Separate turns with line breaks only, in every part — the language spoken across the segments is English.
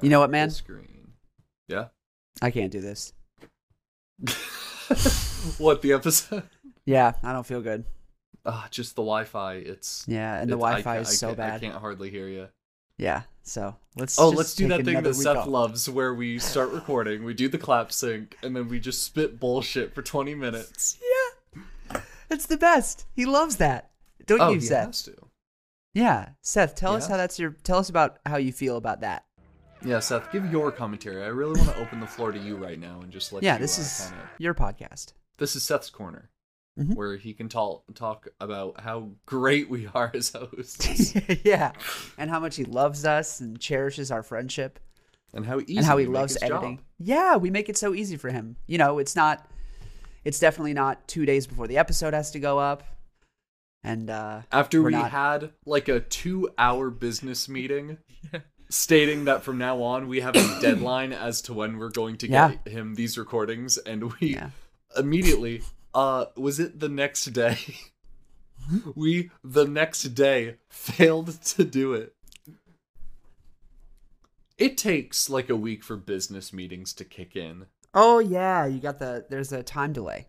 You know what, man?
The screen. Yeah.
I can't do this.
what the episode?
Yeah, I don't feel good.
Ah, just the Wi-Fi. It's
Yeah, and the
it's- I
Wi-Fi
ca- I
is so
ca- I
bad.
can't hardly hear you.
Yeah, so let's.
Oh,
just
let's do
take
that thing
another
that
week
Seth
off.
loves, where we start recording, we do the clap sync, and then we just spit bullshit for twenty minutes.
Yeah, it's the best. He loves that. Don't
oh,
you,
he
Seth?
has to.
Yeah, Seth. Tell us
Yeah.
how that's your. Tell us about how you feel about that.
Yeah, Seth, give your commentary. I really want to open the floor to you right now and just let
yeah,
you,
this
uh,
is
kinda-
your podcast.
this is Seth's corner,
Mhm.
where he can talk talk about how great we are as hosts
yeah, and how much he loves us and cherishes our friendship,
and how easy
and how
we
he
make
loves
his
editing.
job.
Yeah, we make it so easy for him. You know, it's not. It's definitely not two days before the episode has to go up, and uh
After
We're
we
not-
had like a two hour business meeting stating that from now on we have a deadline as to when we're going to
Yeah.
get him these recordings, and we
yeah,
immediately, uh, was it the next day? we, the next day, failed to do it. It takes like a week for business meetings to kick in.
Oh yeah, you got the there's a time delay.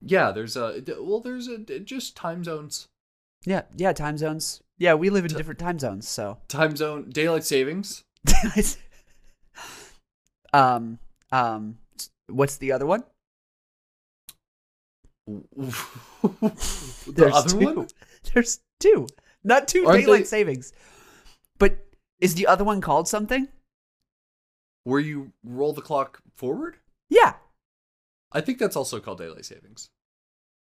Yeah, there's a well, there's a just time zones,
Yeah, yeah, time zones. Yeah, we live in different time zones, so
time zone, daylight savings.
um um what's the other one?
the other
two.
one?
There's two. Not 2
Aren't
daylight
they-
savings. But is the other one called something?
Where you roll the clock forward?
Yeah.
I think that's also called daylight savings.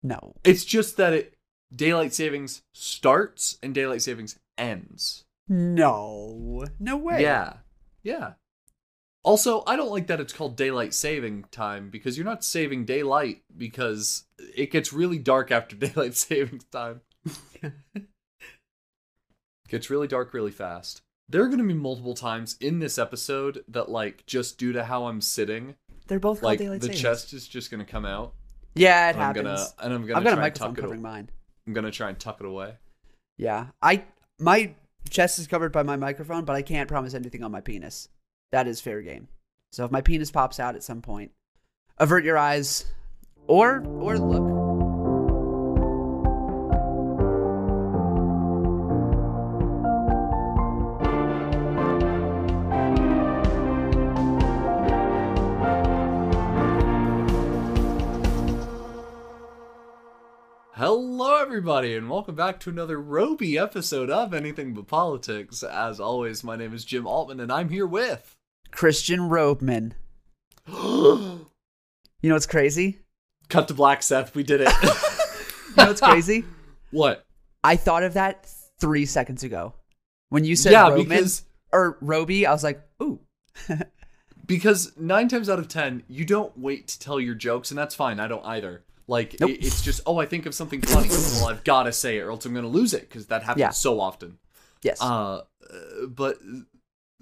No.
It's just that it daylight savings starts and daylight savings ends.
No. No way.
Yeah. Yeah. Also, I don't like that it's called daylight saving time because you're not saving daylight because it gets really dark after daylight savings time. gets really dark really fast. There are going to be multiple times in this episode that like just due to how I'm sitting,
They're both called
like
daylight
the
savings.
chest is just going to come out.
Yeah, it
and I'm
happens.
gonna and I'm gonna
I've got a
try and tuck
microphone
it.
covering
away.
mine.
I'm gonna try and tuck it away.
Yeah. I my chest is covered by my microphone, but I can't promise anything on my penis. That is fair game. So if my penis pops out at some point, avert your eyes or or look.
Hello, everybody, and welcome back to another Roby episode of Anything But Politics. As always, my name is Jim Altman, and I'm here with.
Christian Robeman.
Cut
You know what's crazy?
to black, Seth. We did it.
You know what's crazy?
what?
I thought of that three seconds ago. When you said
yeah,
Robeman
because
or Roby, I was like, ooh.
because nine times out of ten, you don't wait to tell your jokes, and that's fine. I don't either. Like
Nope.
it, it's just, oh, I think of something funny. well, I've got to say it, or else I'm gonna lose it because that happens
Yeah.
so often.
Yes.
Uh, uh, but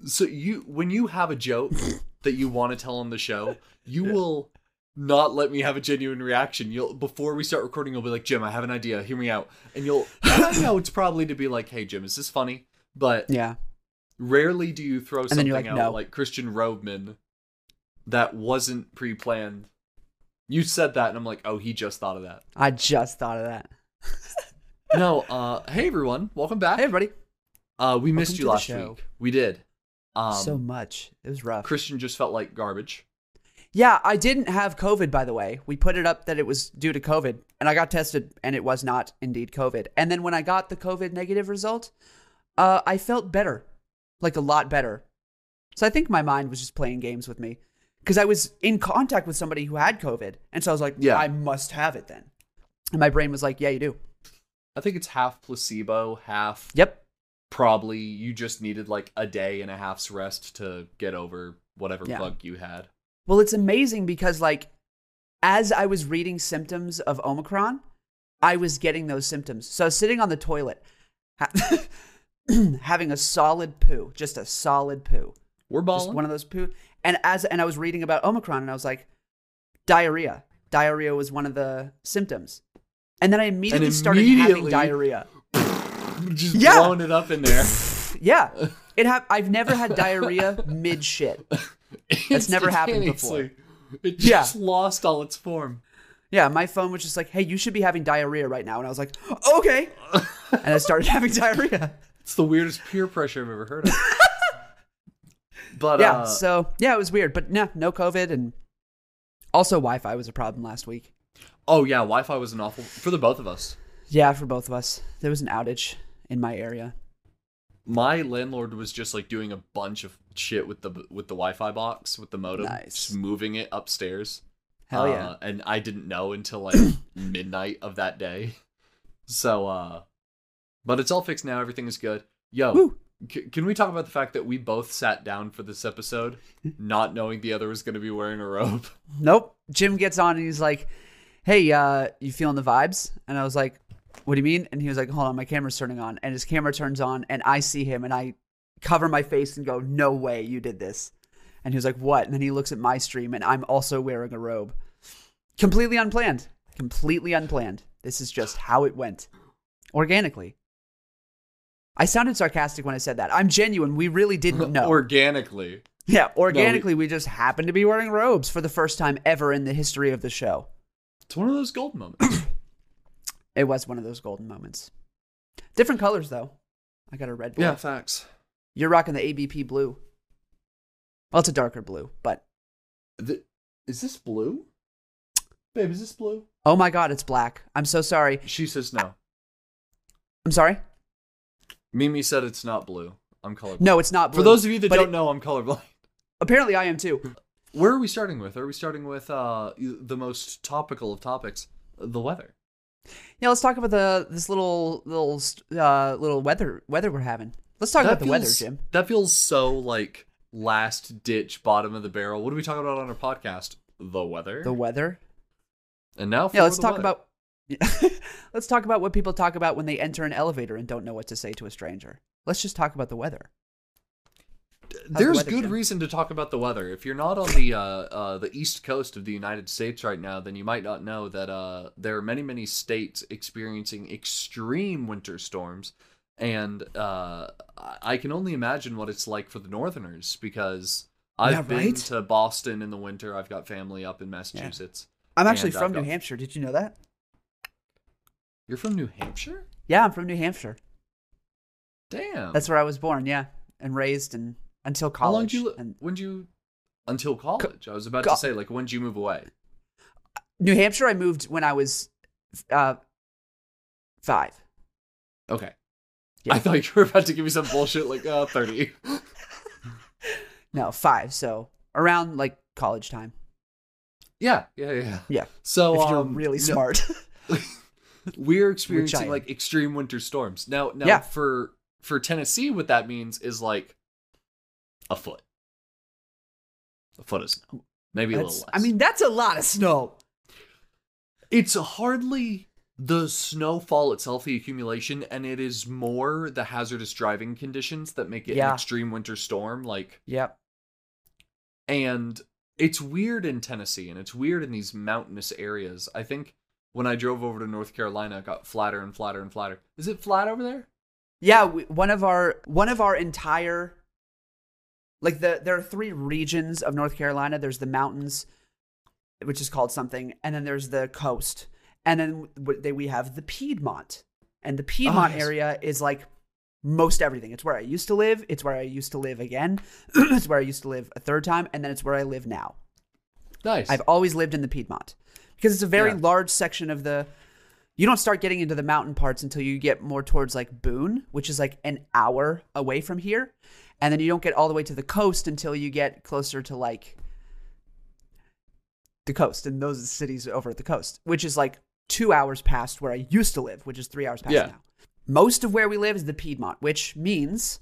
so you when you have a joke that you want to tell on the show, you will not let me have a genuine reaction. You'll before we start recording, you'll be like, "Jim, I have an idea. Hear me out." And you'll and I know it's probably to be like, "Hey, Jim, is this funny?" But
yeah.
rarely do you throw
then
something
you're like,
out
"No."
like Christian Robeman that wasn't pre-planned. You said that, and I'm like, "Oh, he just thought of that."
I just thought of that.
no, uh, hey everyone, welcome back.
Hey everybody.
uh, we missed
welcome
you
to the
last
show.
week. We did. Um,
so much. It was rough.
Christian just felt like garbage.
Yeah, I didn't have COVID, by the way. We put it up that it was due to COVID, and I got tested, and it was not indeed COVID. And then when I got the COVID negative result, uh, I felt better, like a lot better. So I think my mind was just playing games with me because I was in contact with somebody who had COVID. And so I was like,
Yeah.
I must have it then. And my brain was like, yeah, you do.
I think it's half placebo, half
Yep.
probably you just needed like a day and a half's rest to get over whatever
Yeah.
bug you had.
Well, it's amazing because, like, as I was reading symptoms of Omicron, I was getting those symptoms. So I was sitting on the toilet, ha- having a solid poo, just a solid poo,
We're
just
balling.
one of those poo. And as and I was reading about Omicron, and I was like, diarrhea. Diarrhea was one of the symptoms. And then I immediately started having
immediately-
diarrhea.
just
Yeah.
blowing it up in there.
Yeah. It ha- I've never had diarrhea mid shit. That's never happened before.
Instantaneously. It just lost all its form.
Yeah, my phone was just like, "Hey, you should be having diarrhea right now," and I was like, "Okay," and I started having diarrhea.
It's the weirdest peer pressure I've ever heard of. but
Yeah,
uh,
so yeah, it was weird, but nah, no COVID, and also Wi-Fi was a problem last week.
oh yeah, Wi-Fi was an awful for the both of us.
Yeah, for both of us, there was an outage in my area.
My landlord was just like doing a bunch of shit with the with the Wi-Fi box with the modem,
Nice.
just moving it upstairs.
Hell
Uh,
yeah!
And I didn't know until like midnight of that day. So uh but it's all fixed now, everything is good. Yo,
Woo.
c- can we talk about the fact that we both sat down for this episode not knowing the other was going to be wearing a robe?
Nope. Jim gets on and he's like, "Hey, uh, you feeling the vibes?" And I was like, "What do you mean?" And he was like, "Hold on, my camera's turning on." And his camera turns on, and I see him, and I cover my face and go, "No way, you did this." And he was like, "What?" And then he looks at my stream, and I'm also wearing a robe. Completely unplanned. Completely unplanned. This is just how it went, organically. I sounded sarcastic when I said that. I'm genuine. We really didn't know.
Organically.
Yeah, organically, we, just happen to be wearing robes for the first time ever in the history of the show.
It's one of those gold moments.
It was one of those golden moments. Different colors, though. I got a red one.
yeah, facts.
You're rocking the ABP blue. Well, it's a darker blue, but
The, is this blue? Babe, is this blue?
oh my god, it's black. I'm so sorry.
She says no.
I'm sorry?
Mimi said it's not blue. I'm colorblind.
No, it's not blue.
For those of you that
But
don't
it-
know, I'm colorblind.
Apparently, I am too.
Where are we starting with? Are we starting with uh the most topical of topics, the weather?
Yeah, let's talk about the this little little uh, little weather weather we're having. Let's talk about the weather,
feels-
Jim.
That feels so like last ditch bottom of the barrel. What do we talk about on our podcast? The weather.
The weather.
and now for
Yeah, let's
the
talk
weather.
about let's talk about what people talk about when they enter an elevator and don't know what to say to a stranger. Let's just talk about the weather. the
There's
weather,
good
Jim?
reason to talk about the weather. If you're not on the uh, uh, the east coast of the United States right now, then you might not know that uh, there are many many states experiencing extreme winter storms, and uh, I- I can only imagine what it's like for the Northerners because I've
Yeah,
been
right?
to Boston in the winter. I've got family up in Massachusetts.
I'm actually
And I've
from New
got-
Hampshire. Did you know that?
You're from New Hampshire?
Yeah, I'm from New Hampshire.
Damn.
That's where I was born. Yeah, and raised and until college.
how long did you li-
and
when did you until college? I was about
co-
to say like when did you move away?
New Hampshire, I moved when I was uh, five.
Okay.
Yeah.
I thought you were about to give me some bullshit like uh, 30.
No, five. So around like college time.
Yeah, yeah, yeah.
Yeah,
So
if you're
um,
really
no,
smart.
we're
Which I
experiencing
am.
like extreme winter storms now. Now
Yeah.
for for Tennessee, what that means is like a foot, a foot of snow, maybe a
That's-
little less.
I mean, that's a lot of snow.
it's hardly the snowfall itself, the accumulation, and it is more the hazardous driving conditions that make it an
Yeah.
extreme winter storm. Like
Yep.
and it's weird in Tennessee and it's weird in these mountainous areas. I think when I drove over to North Carolina, it got flatter and flatter and flatter. Is it flat over there?
Yeah, we, one of our one of our entire like the there are three regions of North Carolina. There's the mountains, which is called something, and then there's the coast, and then w- they, we have the Piedmont, and the Piedmont
yes.
area is like most everything. It's where I used to live. It's where I used to live again. it's where I used to live a third time, and then it's where I live now.
Nice.
I've always lived in the Piedmont because it's a very
Yeah.
large section of the. You don't start getting into the mountain parts until you get more towards like Boone, which is like an hour away from here. And then you don't get all the way to the coast until you get closer to like the coast and those cities over at the coast, which is like two hours past where I used to live, which is three hours past
Yeah.
now. Most of where we live is the Piedmont, which means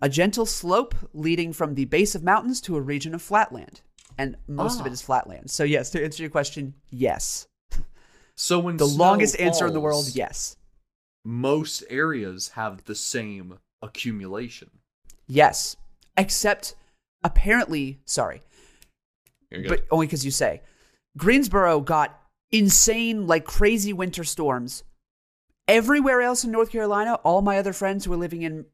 a gentle slope leading from the base of mountains to a region of flatland. And most of
Ah.
it is flatland. So, yes, to answer your question, yes.
so when
The
snow
longest answer in the world,
falls,
yes.
Most areas have the same accumulation.
Yes. Except, apparently, sorry, but only because you say Greensboro got insane, like crazy winter storms. Everywhere else in North Carolina, all my other friends who were living in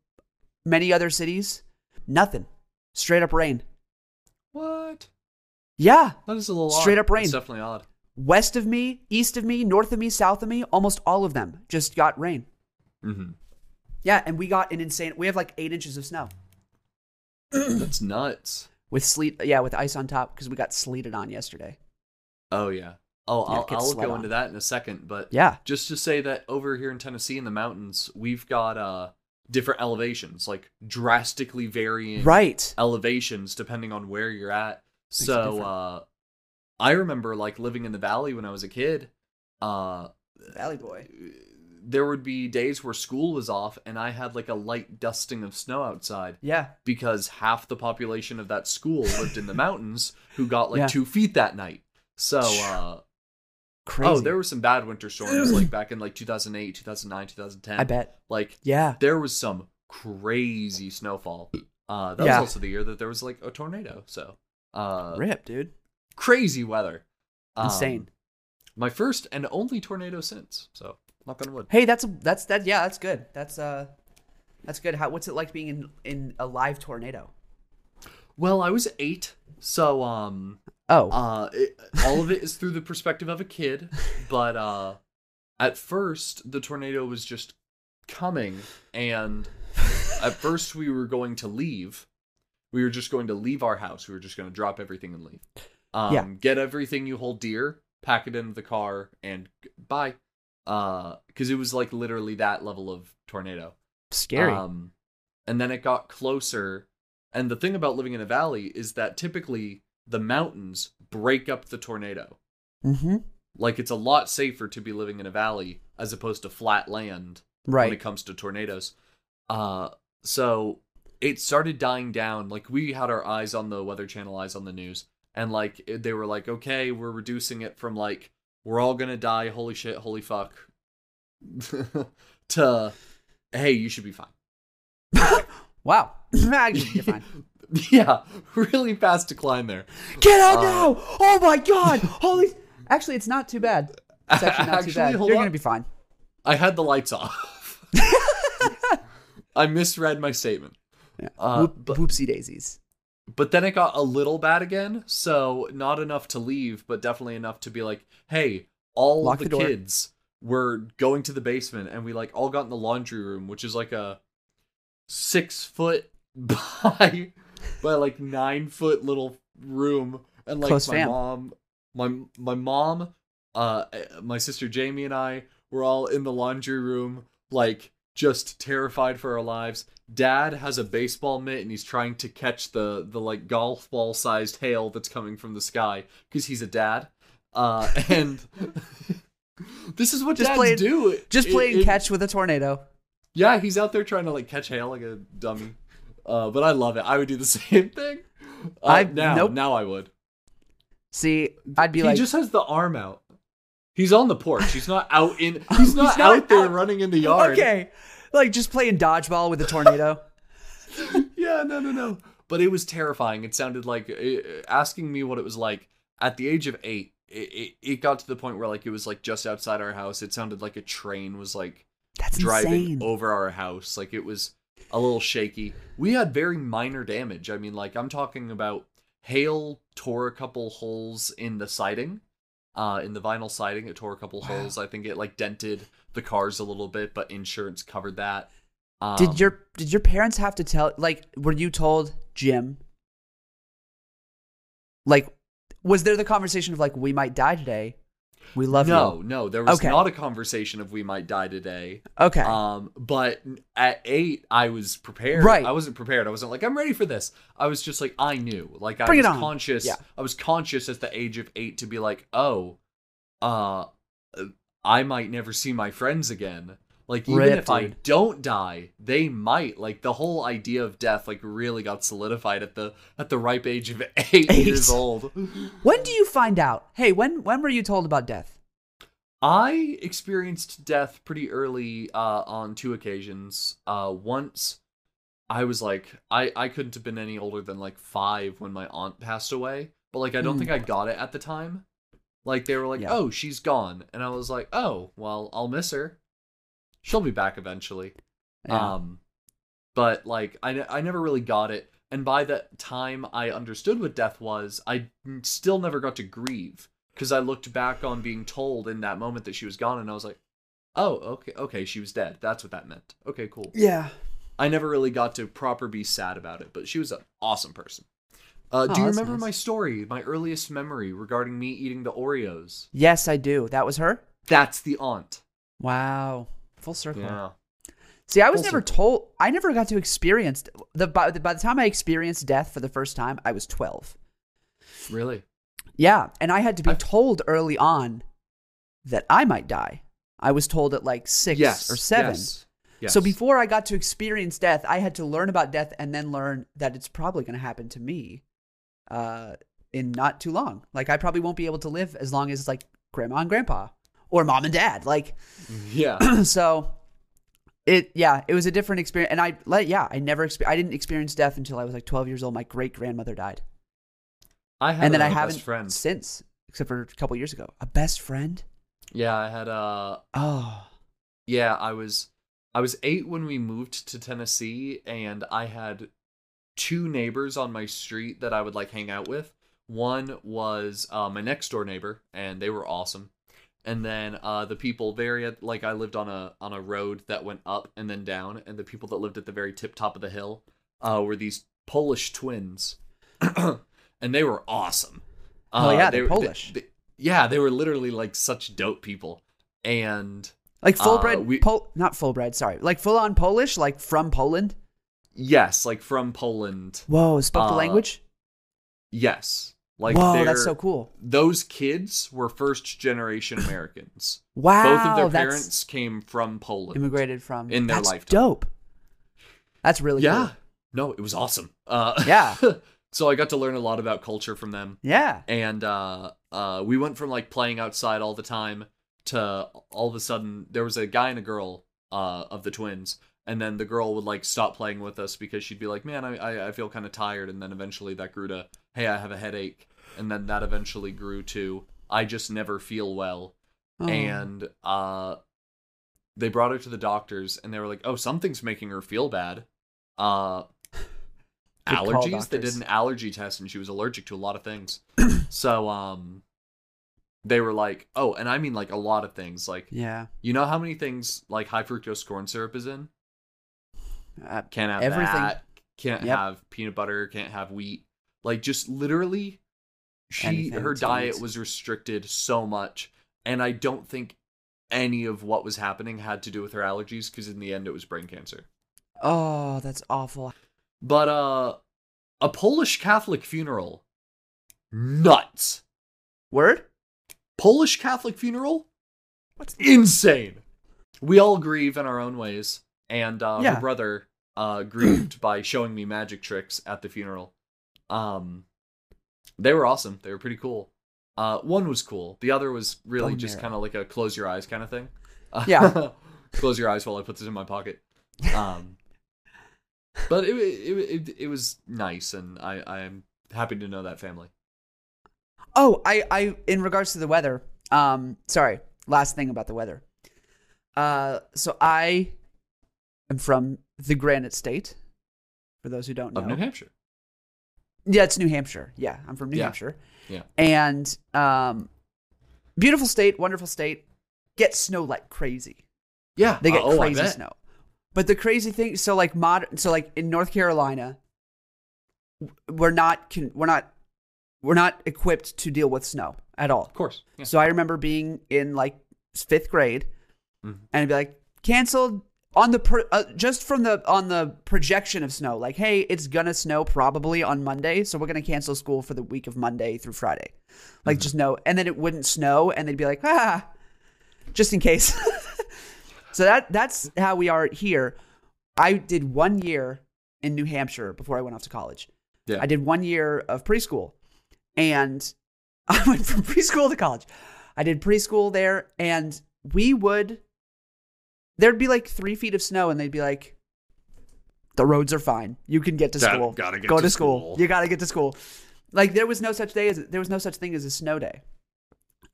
many other cities, nothing. Straight up rain.
What?
Yeah.
That is a little odd.
Straight up rain.
That's definitely odd.
West of me, east of me, north of me, south of me, almost all of them just got rain.
hmm
Yeah, and we got an insane. We have like eight inches of snow
That's nuts.
with sleet. Yeah, with ice on top because we got sleeted on yesterday.
Oh yeah. Oh,
Yeah,
I'll,
kids
I'll
sweat
go
on.
into that in a second, but
Yeah.
just to say that over here in Tennessee in the mountains, we've got uh different elevations, like drastically varying
Right.
elevations depending on where you're at.
it
So
different.
uh I remember like living in the valley when I was a kid. Uh
Valley boy.
there would be days where school was off and I had like a light dusting of snow outside
Yeah.
because half the population of that school lived in the mountains who got like
Yeah.
2 feet that night. So uh
Crazy.
Oh, there were some bad winter storms like back in like 2008, 2009, 2010.
I bet.
Like
Yeah.
there was some crazy snowfall. Uh that
Yeah.
was also the year that there was like a tornado. So, uh
Rip, dude.
crazy weather. Um,
Insane.
My first and only tornado since. So, knock on wood.
Hey, that's a, that's that. Yeah, that's good. That's uh, that's good. How what's it like being in in a live tornado?
Well, I was 8, so um
Oh,
uh it, all of it is through the perspective of a kid, but uh at first the tornado was just coming and at first we were going to leave. We were just going to leave our house. We were just going to drop everything and leave. Um,
Yeah.
Get everything you hold dear, pack it into the car, and g- bye. Because it was like literally that level of tornado.
scary.
Um, and then it got closer. And the thing about living in a valley is that typically the mountains break up the tornado.
mm-hmm.
Like it's a lot safer to be living in a valley as opposed to flat land when it
Right.
comes to tornadoes. Uh, so it started dying down. Like we had our eyes on the Weather Channel, eyes on the news, and like it- they were like, okay, we're reducing it from like we're all gonna die, holy shit, holy fuck, to hey, you should be fine.
Wow. Actually, you're fine.
yeah, really fast decline there.
Get out
Uh,
now! Oh my god! Holy. Actually, it's not too bad. It's actually not
Actually,
too bad.
hold
You're
on.
gonna be fine.
I had the lights off. I misread my statement. Uh,
Whoop, whoopsie daisies.
But then it got a little bad again, so not enough to leave, but definitely enough to be like, hey, all
Lock
the,
the door.
kids were going to the basement and we like all got in the laundry room, which is like a six foot by by like nine foot little room. And like
Close
my
fam.
mom my my mom, uh my sister Jamie and I were all in the laundry room, like just terrified for our lives. Dad has a baseball mitt and he's trying to catch the the like golf ball sized hail that's coming from the sky because he's a dad. Uh, and this is what
Just
dads
playing-
do.
Just
It-
playing
it-
catch with a tornado.
Yeah, he's out there trying to like catch hail like a dummy. Uh, but I love it. I would do the same thing. Uh,
I-
now
nope.
now I would.
See, I'd be
he
like,
just has the arm out. He's on the porch. He's not out in. He's not,
not
out, there
out.
running in the yard.
okay, like just playing dodgeball with a tornado.
yeah, no, no, no. But it was terrifying. It sounded like uh, asking me what it was like at the age of eight. It, it, it got to the point where like it was like just outside our house. It sounded like a train was like
That's
driving
insane.
over our house. Like it was a little shaky. We had very minor damage. I mean, like I'm talking about hail tore a couple holes in the siding, uh, in the vinyl siding. It tore a couple
Wow.
holes. I think it like dented the cars a little bit, but insurance covered that. Um,
Did your did your parents have to tell like were you told Jim? Like was there the conversation of like we might die today? We love
no,
you.
no, there was
Okay.
not a conversation of we might die today.
Okay.
Um, but at eight, I was prepared.
Right.
I wasn't prepared. I wasn't like I'm ready for this. I was just like I knew. Like I
Bring it
was
on.
conscious.
Yeah.
I was conscious at the age of eight to be like, oh, uh, I might never see my friends again. Like even
Rip,
if I
dude.
don't die, they might. Like the whole idea of death, like really got solidified at the at the ripe age of eight.
Eight.
years old.
when do you find out? Hey, when when were you told about death?
I experienced death pretty early uh, on two occasions. Uh, once I was like, I, I couldn't have been any older than like five when my aunt passed away, but like I don't
Mm.
think I got it at the time. Like they were like,
Yeah.
oh, she's gone, and I was like, oh, well, I'll miss her. She'll be back eventually.
Yeah.
Um, but like I, ne- I never really got it and by the time i understood what death was i still never got to grieve because i looked back on being told in that moment that she was gone and i was like oh okay okay she was dead that's what that meant okay cool
Yeah.
i never really got to proper be sad about it but she was an awesome person uh,
Oh,
do you
that's
remember
nice.
my story my earliest memory regarding me eating the oreos
Yes, I do. That was her?
that's the aunt
Wow. Full circle.
yeah
See, I was
Full
never told. I never got to experience the by, the by the time I experienced death for the first time, I was twelve.
really
Yeah, and I had to be
I've-
told early on that I might die. I was told at like six
yes
or seven.
yes, yes.
So before I got to experience death, I had to learn about death and then learn that it's probably going to happen to me, uh, in not too long. Like I probably won't be able to live as long as like grandma and grandpa or mom and dad. Like
yeah
so it yeah it was a different experience and i like yeah i never exper- i didn't experience death until i was like 12 years old my great grandmother died
i had
and then
a
i haven't
best friend
since except for a couple years ago a best friend
yeah i had uh
oh
yeah i was i was eight when we moved to tennessee and i had two neighbors on my street that i would like hang out with one was uh, my next door neighbor and they were awesome and then uh, the people very at- like i lived on a on a road that went up and then down and the people that lived at the very tip top of the hill uh, were these polish twins and they were awesome Uh,
Hell Oh, yeah,
they
they're
were- they-
Polish.
they- yeah they were literally like such dope people and
like full
Uh,
bred
we-
Pol- not full bred sorry like full on polish like from poland
Yes, like from Poland.
whoa spoke the
Uh,
language
Yes. Like
whoa
they're-
that's so cool
Those kids were first generation Americans.
wow
Both of their
that's
parents came from Poland.
immigrated from
in their
that's
lifetime.
dope that's really
yeah.
cool.
No, it was awesome. Uh,
Yeah.
so I got to learn a lot about culture from them.
yeah
and uh, uh, we went from like playing outside all the time to all of a sudden there was a guy and a girl uh, of the twins and then the girl would like stop playing with us because she'd be like man i, I, I feel kind of tired and then eventually that grew to hey i have a headache and then that eventually grew to i just never feel well
Oh.
and uh, they brought her to the doctors and they were like oh something's making her feel bad uh,
Good call,
allergies they
doctors.
did an allergy test and she was allergic to a lot of things so um they were like oh and i mean like a lot of things like
yeah
you know how many things like high fructose corn syrup is in
uh,
can't have
Everything.
that can't
Yep.
have peanut butter can't have wheat like just literally she
Anything
her
to
diet
eat.
was restricted so much and i don't think any of what was happening had to do with her allergies because in the end it was brain cancer
oh that's awful
but uh a polish catholic funeral nuts
word
polish catholic funeral
What's-
insane we all grieve in our own ways and uh
Yeah.
her brother uh grieved by showing me magic tricks at the funeral um they were awesome they were pretty cool uh one was cool the other was really
Bone
just
marrow.
kind of like a close your eyes kind of thing
Yeah.
close your eyes while i put this in my pocket um but it, it it it was nice and i i'm happy to know that family
Oh, I, I, in regards to the weather, um, sorry, last thing about the weather. Uh, so I am from the Granite State, for those who don't know.
of new hampshire
yeah, it's New Hampshire. Yeah, I'm from New
Yeah.
Hampshire.
Yeah.
And, um, beautiful state, wonderful state, gets snow like crazy.
yeah
They get
oh, I
crazy
bet.
snow. But the crazy thing, so like modern, so like in North Carolina, w- we're not, con- we're not, we're not equipped to deal with snow at all.
of course yeah.
So I remember being in like fifth grade,
Mhm.
and it'd be like canceled on the pro- uh, just from the on the projection of snow. Like, hey, it's gonna snow probably on Monday, so we're gonna cancel school for the week of Monday through Friday. Like, just no, and then it wouldn't snow, and they'd be like, ah, just in case. so that that's how we are here. I did one year in New Hampshire before I went off to college.
Yeah.
I did one year of preschool, and I went from preschool to college. I did preschool there, and we would there'd be like three feet of snow, and they'd be like, "The roads are fine. You can get to
Got-
school.
gotta get
Go
to
to, school.
school."
You gotta get to school." Like there was no such day as there was no such thing as a snow day,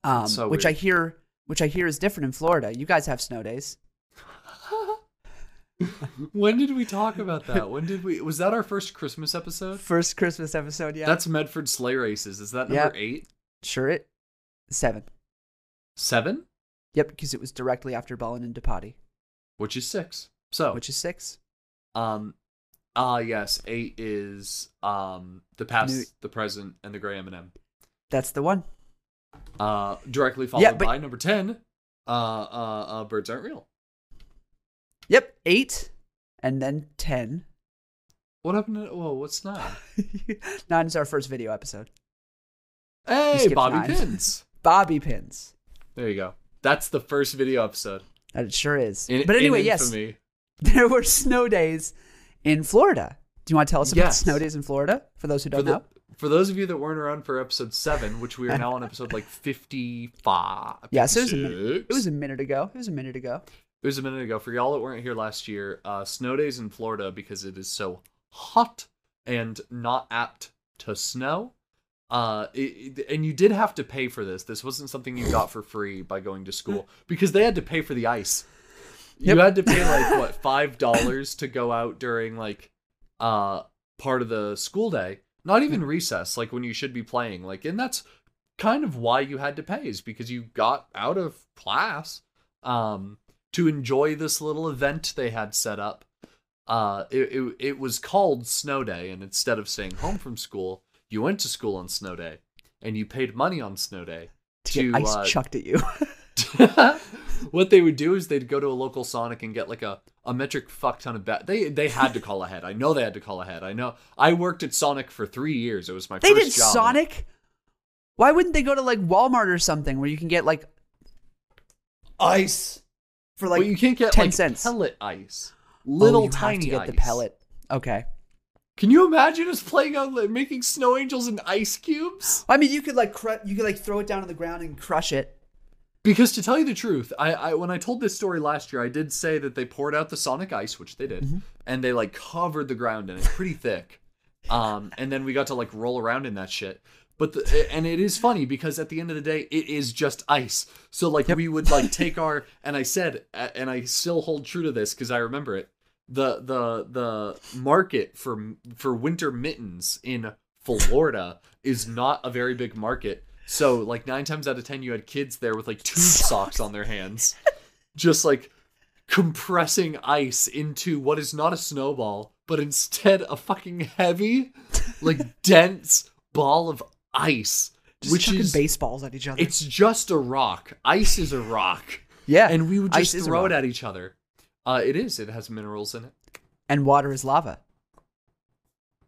um,
So
which
weird.
I hear which I hear is different in Florida. You guys have snow days.
when did we talk about that? When did we? Was that our first Christmas episode?
First Christmas episode, yeah.
That's Medford sleigh races. Is that number
Yep.
eight,
sure it. Seven.
seven,
Yep, because it was directly after Ballin and Depati,
which is six? So,
which is six.
um, ah, yes, eight is um the past,
New-
the present, and the gray M and M.
That's the one.
Uh, directly followed
but-
by number ten. Uh, uh, uh, birds aren't real.
Yep, eight, and then ten.
What happened? To, whoa, what's nine?
Nine is our first video episode.
Hey,
skipped
Bobby
nine.
Pins.
Bobby pins.
There you go. That's the first video episode.
That it sure is.
In-
but
in
anyway, yes,
infamy.
there were snow days in Florida. Do you want to tell us about
Yes.
snow days in Florida for those who
For,
don't
the-
know?
for those of you that weren't around for episode seven, which we are now on episode like fifty-five.
Yeah, so it was, a minute, it
six.
was a minute ago. It was a minute ago.
It was a minute ago. For y'all that weren't here last year, uh, snow days in Florida because it is so hot and not apt to snow. Uh, it, it- and you did have to pay for this. This wasn't something you got for free by going to school because they had to pay for the ice.
Yep.
You had to pay like what five dollars to go out during like uh part of the school day. Not even recess, like when you should be playing. Like, and that's kind of why you had to pay is because you got out of class um to enjoy this little event they had set up. Uh, it, it it was called Snow Day, and instead of staying home from school, you went to school on Snow Day, and you paid money on Snow Day.
To get
To,
ice
uh,
chucked at you.
what they would do is they'd go to a local Sonic and get like a, a metric fuck ton of bat. They they had to call ahead. I know they had to call ahead. I know. I worked at Sonic for three years. It was my
they
first
did
job.
Sonic. Why wouldn't they go to like Walmart or something where you can get like
ice
for
like
like
but you can't get
10
like
cents.
pellet ice.
Oh,
Little
you have to
tiny
get
ice.
the pellet? Okay.
Can you imagine us playing on like, making snow angels and ice cubes?
I mean, you could like cru- you could like throw it down on the ground and crush it.
Because to tell you the truth, I, I when I told this story last year, I did say that they poured out the Sonic ice, which they did, and they like covered the ground in it, pretty thick. Um, and then we got to like roll around in that shit. But the, and it is funny because at the end of the day, it is just ice. So like we would like take our and I said a- and I still hold true to this because I remember it. The the the market for for winter mittens in Florida is not a very big market. So like nine times out of ten, you had kids there with like tube socks on their hands, just like compressing ice into what is not a snowball, but instead a fucking heavy, like dense ball of ice,
Just
which
chucking
is
baseballs at each other.
it's just a rock. Ice is a rock,
yeah,
and we would
Ice
just
is a
throw it
rock.
at each other. Uh, it is. It has minerals in it.
and water is lava.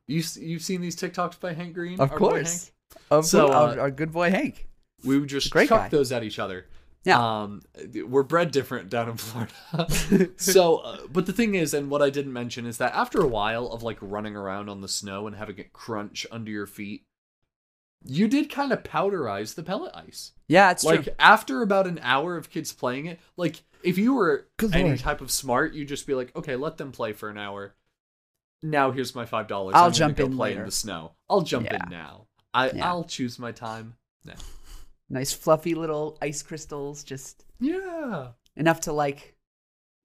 You s- you've seen these TikToks by Hank Green,
Of
our boy Hank?
course. Of
So,
course,
uh,
our, our good boy Hank.
We would just
Great
chuck
guy.
those at each other.
Yeah.
Um, we're bred different down in Florida. so, uh, but the thing is, and what I didn't mention is that after a while of like running around on the snow and having it crunch under your feet, you did kind of powderize the pellet ice.
yeah, it's
like
true.
after about an hour of kids playing it, like if you were
Good
any
lord.
type of smart, you'd just be like, okay, let them play for an hour. Now here's my five dollars.
I'll
I'm gonna
jump
go
in
play in
later."
the snow. I'll jump
Yeah.
in now. I
Yeah.
I'll choose my time. now.
Nice fluffy little ice crystals, just
Yeah.
enough to like,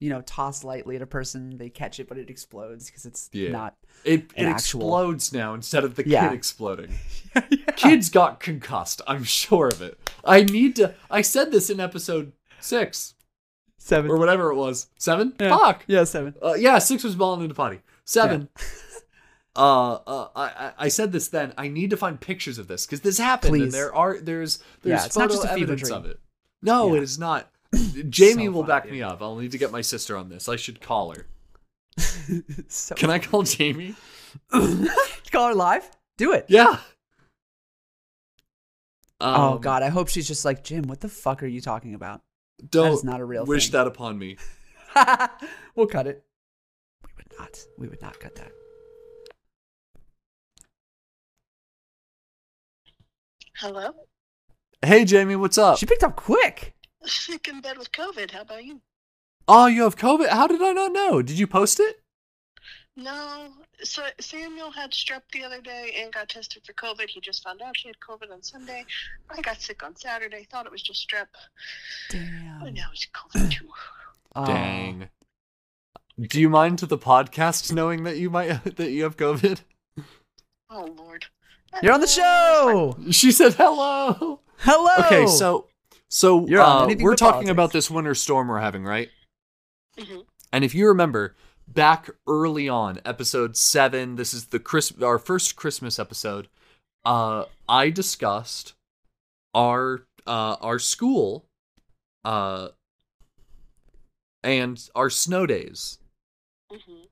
you know, toss lightly at a person. They catch it, but it explodes because it's
Yeah.
not.
It, it
an actual-
explodes now instead of the
Yeah.
kid exploding. Kids got concussed. I'm sure of it. I need to. I said this in episode six
Seven.
or whatever it was. Seven?
Yeah.
Fuck.
Yeah, seven.
Uh, yeah, six was balling into potty. Seven. uh, uh, I, I I said this then. I need to find pictures of this because this happened, and
Please.
there are there's there's
Yeah, it's
photo
not just a fever
evidence
dream.
of it. No,
Yeah.
it is not. Jamie
So
will
funny,
back
dude.
me up. I'll need to get my sister on this. I should call her.
so
Can I call Jamie?
call her live? Do it.
Yeah.
oh
Um,
God, I hope she's just like Jim. What the fuck are you talking about?
Don't
is not a real
wish
thing.
that upon me.
we'll cut it. We would not. We would not cut that.
Hello?
Hey Jamie, what's up?
She picked up quick.
Sick in bed with COVID. How about you?
Oh, you have COVID. How did I not know? Did you post it?
No. So Samuel had strep the other day and got tested for COVID. He just found out he had COVID on Sunday. I got sick on Saturday. Thought it was just strep. But
Damn.
now it's COVID too.
Oh.
Dang. Um, Do you mind to the podcast knowing that you might that you have COVID?
Oh Lord.
You're on the show.
She said hello.
Hello. Oh!
Okay, so so
You're on
uh,
Anything
we're
But
talking
Politics.
about this winter storm we're having, right?
Mhm.
And if you remember back early on, episode seven, this is the Chris our first Christmas episode. Uh, I discussed our uh, our school, uh, and our snow days.
Mhm.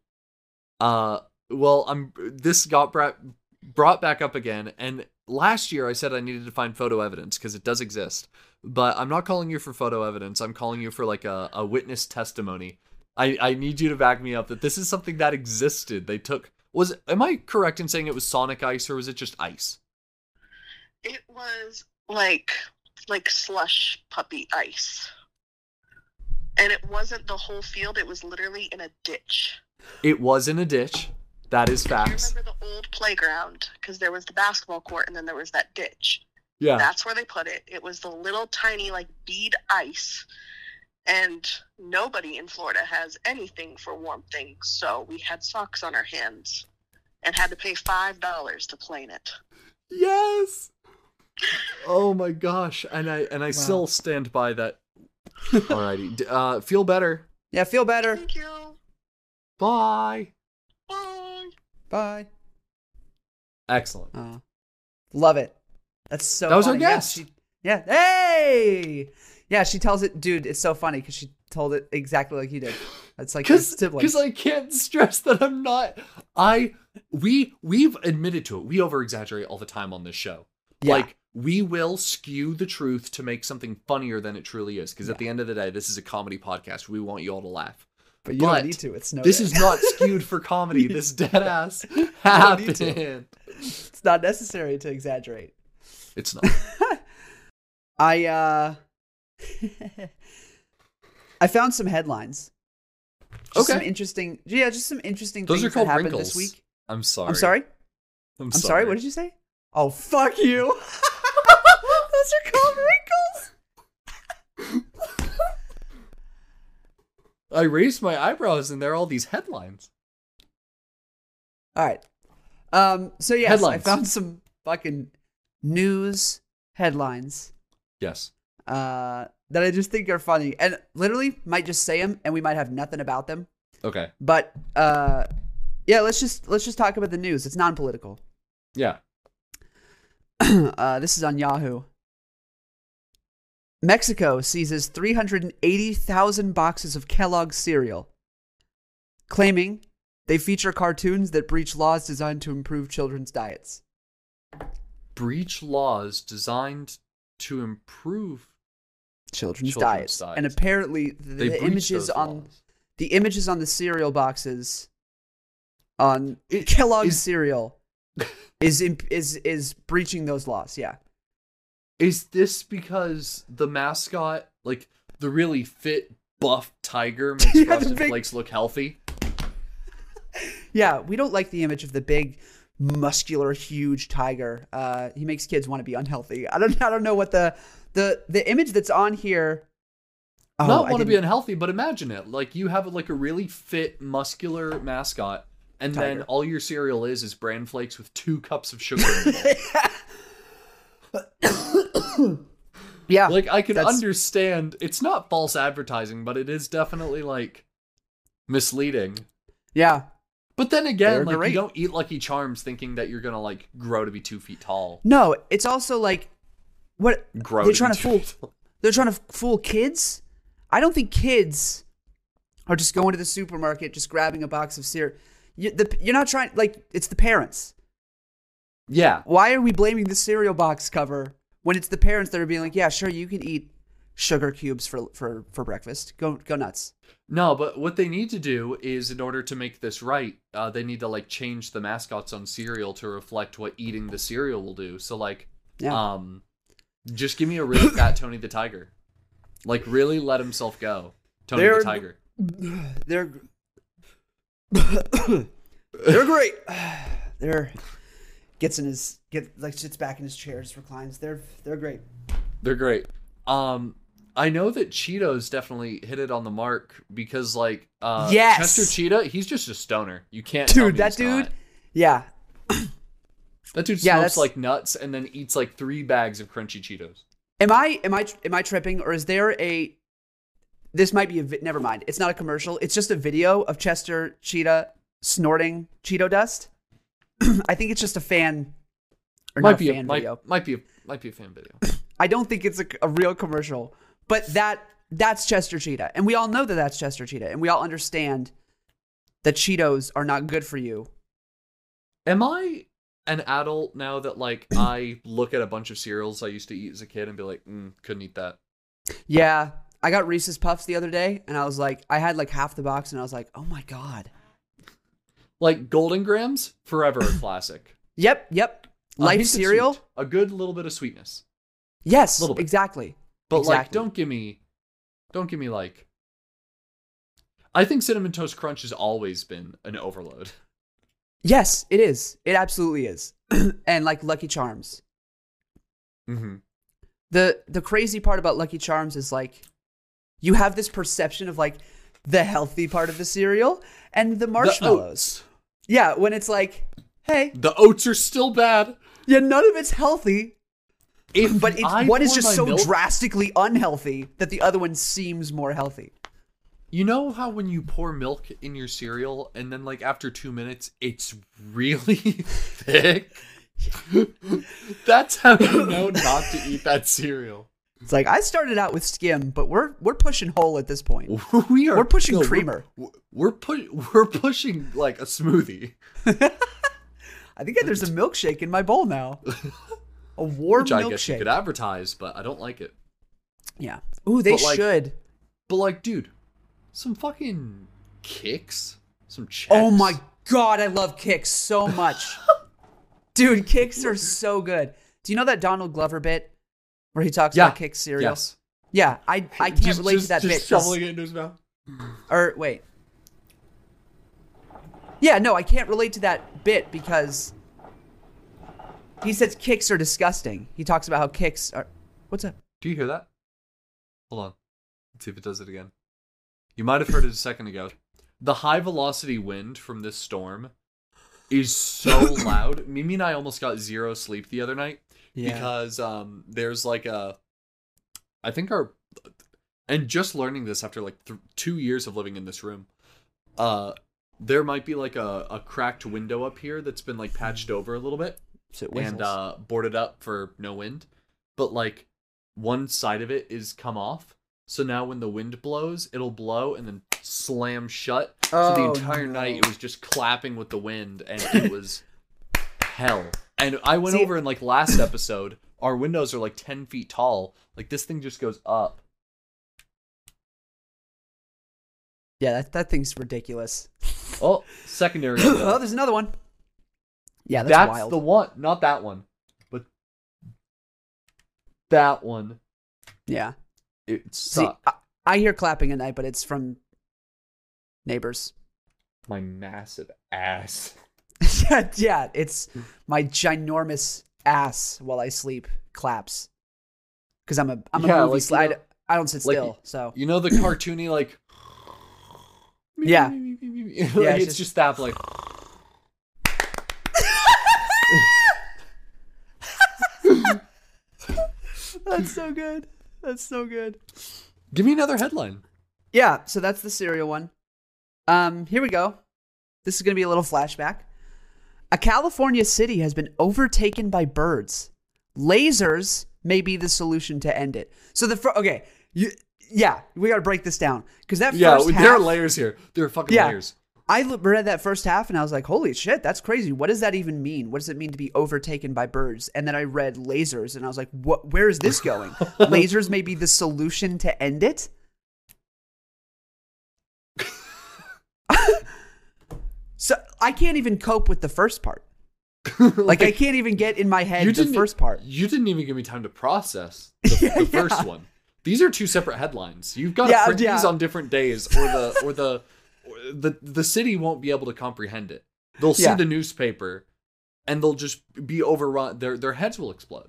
Uh, well, I'm this got brought brought back up again, and last year I said I needed to find photo evidence because it does exist. But I'm not calling you for photo evidence. I'm calling you for like a, a witness testimony. I, I need you to back me up that this is something that existed. They took was am I correct in saying it was Sonic ice or was it just ice?
It was like like slush puppy ice. And it wasn't the whole field, it was literally in a ditch.
It was in a ditch. That is
Do you
facts.
remember the old playground? Because there was the basketball court and then there was that ditch.
Yeah.
That's where they put it. It was the little tiny like bead ice. And nobody in Florida has anything for warm things, so we had socks on our hands and had to pay five dollars to play in it.
Yes. Oh my gosh. And I and I
Wow.
still stand by that. Alrighty. D- Uh, feel better.
yeah, feel better.
Thank you.
Bye.
Bye.
Bye.
Excellent.
Uh, love it. That's so.
That was our
funny. Yeah,
guest.
she- Yeah, Hey. Yeah, she tells it, dude. It's so funny because she told it exactly like you did. It's like your
Because
siblings.
I can't stress that I'm not. I we we've admitted to it. We over exaggerate all the time on this show.
yeah.
Like we will skew the truth to make something funnier than it truly is. Because at the end of the day, this is a comedy podcast. We want you all to laugh.
but you
but
don't need to. It's no.
This
day.
is not skewed for comedy. This dead ass
don't need to.
happened.
it's not necessary to exaggerate.
It's not.
I uh I found some headlines. Just Some
Okay.
interesting yeah, just some interesting
Those
things
are called
that happened this
wrinkles.
week.
I'm sorry.
I'm sorry?
I'm,
I'm sorry, what did you say? Oh fuck you. Those are called wrinkles.
I raised my eyebrows, and there are all these headlines.
Alright. Um so yes,
Headlines.
I found some fucking news headlines
Yes.
uh that I just think are funny and literally might just say them and we might have nothing about them.
Okay.
But uh yeah, let's just let's just talk about the news. It's non-political.
Yeah.
uh, this is on Yahoo. Mexico seizes 380,000 boxes of Kellogg's cereal, claiming they feature cartoons that breach laws designed to improve children's diets.
breach laws designed to improve.
Children's,
Children's
diets.
diets.
and apparently the,
They
the
breach
images
those
on
laws.
the images on the cereal boxes on
It-
Kellogg's
is-
cereal is imp- is is breaching those laws. Yeah,
Is this because the mascot, like the really fit, buff tiger, makes
Yeah, the
Frosted
big-
Flakes look healthy?
yeah. We don't like the image of the big, muscular, huge tiger. Uh, he makes kids want to be unhealthy. I don't. I don't know what the the the image that's on here. Oh,
Not
I
want to be
didn't-
unhealthy, but imagine it. Like you have like a really fit, muscular mascot, and
Tiger.
then all your cereal is is bran flakes with two cups of sugar. in it.
yeah.
like I can
That's-
understand. It's not false advertising, but it is definitely like misleading.
yeah.
But then
They're
again, like
great.
you don't eat Lucky Charms thinking that you're gonna like grow to be two feet tall.
No, it's also like what
Grow.
they're
to
trying
be
to
two
fool.
feet tall.
They're trying to fool kids. I don't think kids are just going to the supermarket, just grabbing a box of cereal. You, the, you're not trying like it's the parents.
Yeah,
why are we blaming the cereal box cover when it's the parents that are being like, yeah, sure, you can eat sugar cubes for for for breakfast. Go go nuts.
no, but what they need to do is, in order to make this right, uh, they need to like change the mascots on cereal to reflect what eating the cereal will do. So like,
Yeah.
um, just give me a really fat Tony the Tiger, like really let himself go, Tony
They're-
the Tiger.
They're they're great. they're gets in his get like sits back in his chair, just reclines. They're they're great.
They're great. Um, I know that Cheetos definitely hit it on the mark because, like, uh,
Yes!
Chester Cheetah, he's just a stoner. You can't, tell
Dude,
me
that
he's not.
dude. Yeah.
that dude smokes
Yeah, that's-
like nuts and then eats like three bags of crunchy Cheetos.
Am I am I am I tripping or is there a this might be a vi- never mind. It's not a commercial. It's just a video of Chester Cheetah snorting Cheeto dust. I think it's just a fan or not
might
a
be
fan
might,
video.
might be a, might be a fan video.
I don't think it's a, a real commercial, but that that's Chester Cheetah, and we all know that that's Chester Cheetah, and we all understand that Cheetos are not good for you.
Am I an adult now that like I look at a bunch of cereals I used to eat as a kid and be like, mm, couldn't eat that.
Yeah, I got Reese's Puffs the other day, and I was like, I had like half the box, and I was like, oh my god.
Like Golden Grams, forever a classic.
Yep, yep.
Oh, A
Life
hint of
cereal.
sweet, a good little bit of sweetness,
Yes,
Little bit.
exactly.
but like
Exactly.
don't give me, don't give me like. I think cinnamon toast crunch has always been an overload.
Yes, it is. It absolutely is. and like Lucky Charms.
Mm-hmm.
The the crazy part about Lucky Charms is like you have this perception of like the healthy part of the cereal and the marshmallows. Yeah, when it's like, hey,
The oats are still bad.
yeah, none of it's healthy,
If
but it's,
I
one is
pour
just
my
so
milk-
drastically unhealthy that the other one seems more healthy.
You know how when you pour milk in your cereal and then like after 2 minutes it's really thick? That's how you know not to eat that cereal.
It's like I started out with skim, but we're we're pushing whole at this point.
We are
We're pushing
no, we're-
creamer.
We're, we're pu- we're pushing like a smoothie.
I think there's a milkshake in my bowl now. A warm
Which I guess you
milkshake.
could advertise, but I don't like it.
yeah. Ooh, they
But, like,
should.
But like dude, some fucking kicks, some checks.
Oh my god, I love kicks so much. Dude, kicks are so good. Do you know that Donald Glover bit where he talks
Yeah.
about kicks cereal?
Yes.
Yeah, I, I can't
Just-
relate
just-
to that
just
bit. 'cause-
shoveling it into his mouth.
Or wait. Yeah, no, I can't relate to that bit because he says kicks are disgusting. He talks about how kicks are. What's up?
Do you hear that? Hold on. Let's see if it does it again. You might have heard it a second ago. The high velocity wind from this storm is so loud. Mimi and I almost got zero sleep the other night because um there's like a I think our and just learning this after like th- 2 years of living in this room. Uh there might be like a, a cracked window up here that's been like patched over a little bit
So it
and
whistles.
uh, boarded up for no wind. But like one side of it is come off, so now when the wind blows, it'll blow and then slam shut. so
Oh,
the entire night it was just clapping with the wind, and it was hell. And I went
See-
over and like last episode, our windows are like ten feet tall. Like this thing just goes up.
yeah, that, that thing's ridiculous.
Oh, secondary. window.
oh, there's another one. Yeah, that's,
that's
wild.
the one, not that one, but that one.
yeah.
It
See,
sucked.
I, I hear clapping at night, but it's from neighbors.
My massive ass.
yeah, yeah, it's
Hmm.
my ginormous ass while I sleep claps because I'm a I'm a
Yeah,
movie
like,
sli- I
you
d-
know-
I don't sit
like,
still, so
You know the cartoony like
Yeah.
like,
Yeah,
it's,
it's
just,
just-
that like
that's so good. That's so good.
give me another headline.
Yeah, so that's the cereal one. Um, here we go. This is gonna be a little flashback. A California city has been overtaken by birds. Lasers may be the solution to end it. So the fir- okay, you, yeah, we gotta break this down because that
Yeah,
first
there are
half-
layers here. There are fucking
Yeah.
layers.
I l- read that first half and I was like, holy shit, that's crazy. What does that even mean? What does it mean to be overtaken by birds? And then I read lasers and I was like, what? Where is this going? lasers may be the solution to end it. so I can't even cope with the first part. Like, I can't even get in my head the first part.
e- You didn't even give me time to process the, the first one. These are two separate headlines. You've got to
Yeah,
print these
yeah.
on different days, or the or the or the the city won't be able to comprehend it. They'll see
Yeah.
the newspaper, and they'll just be overrun. Their their heads will explode.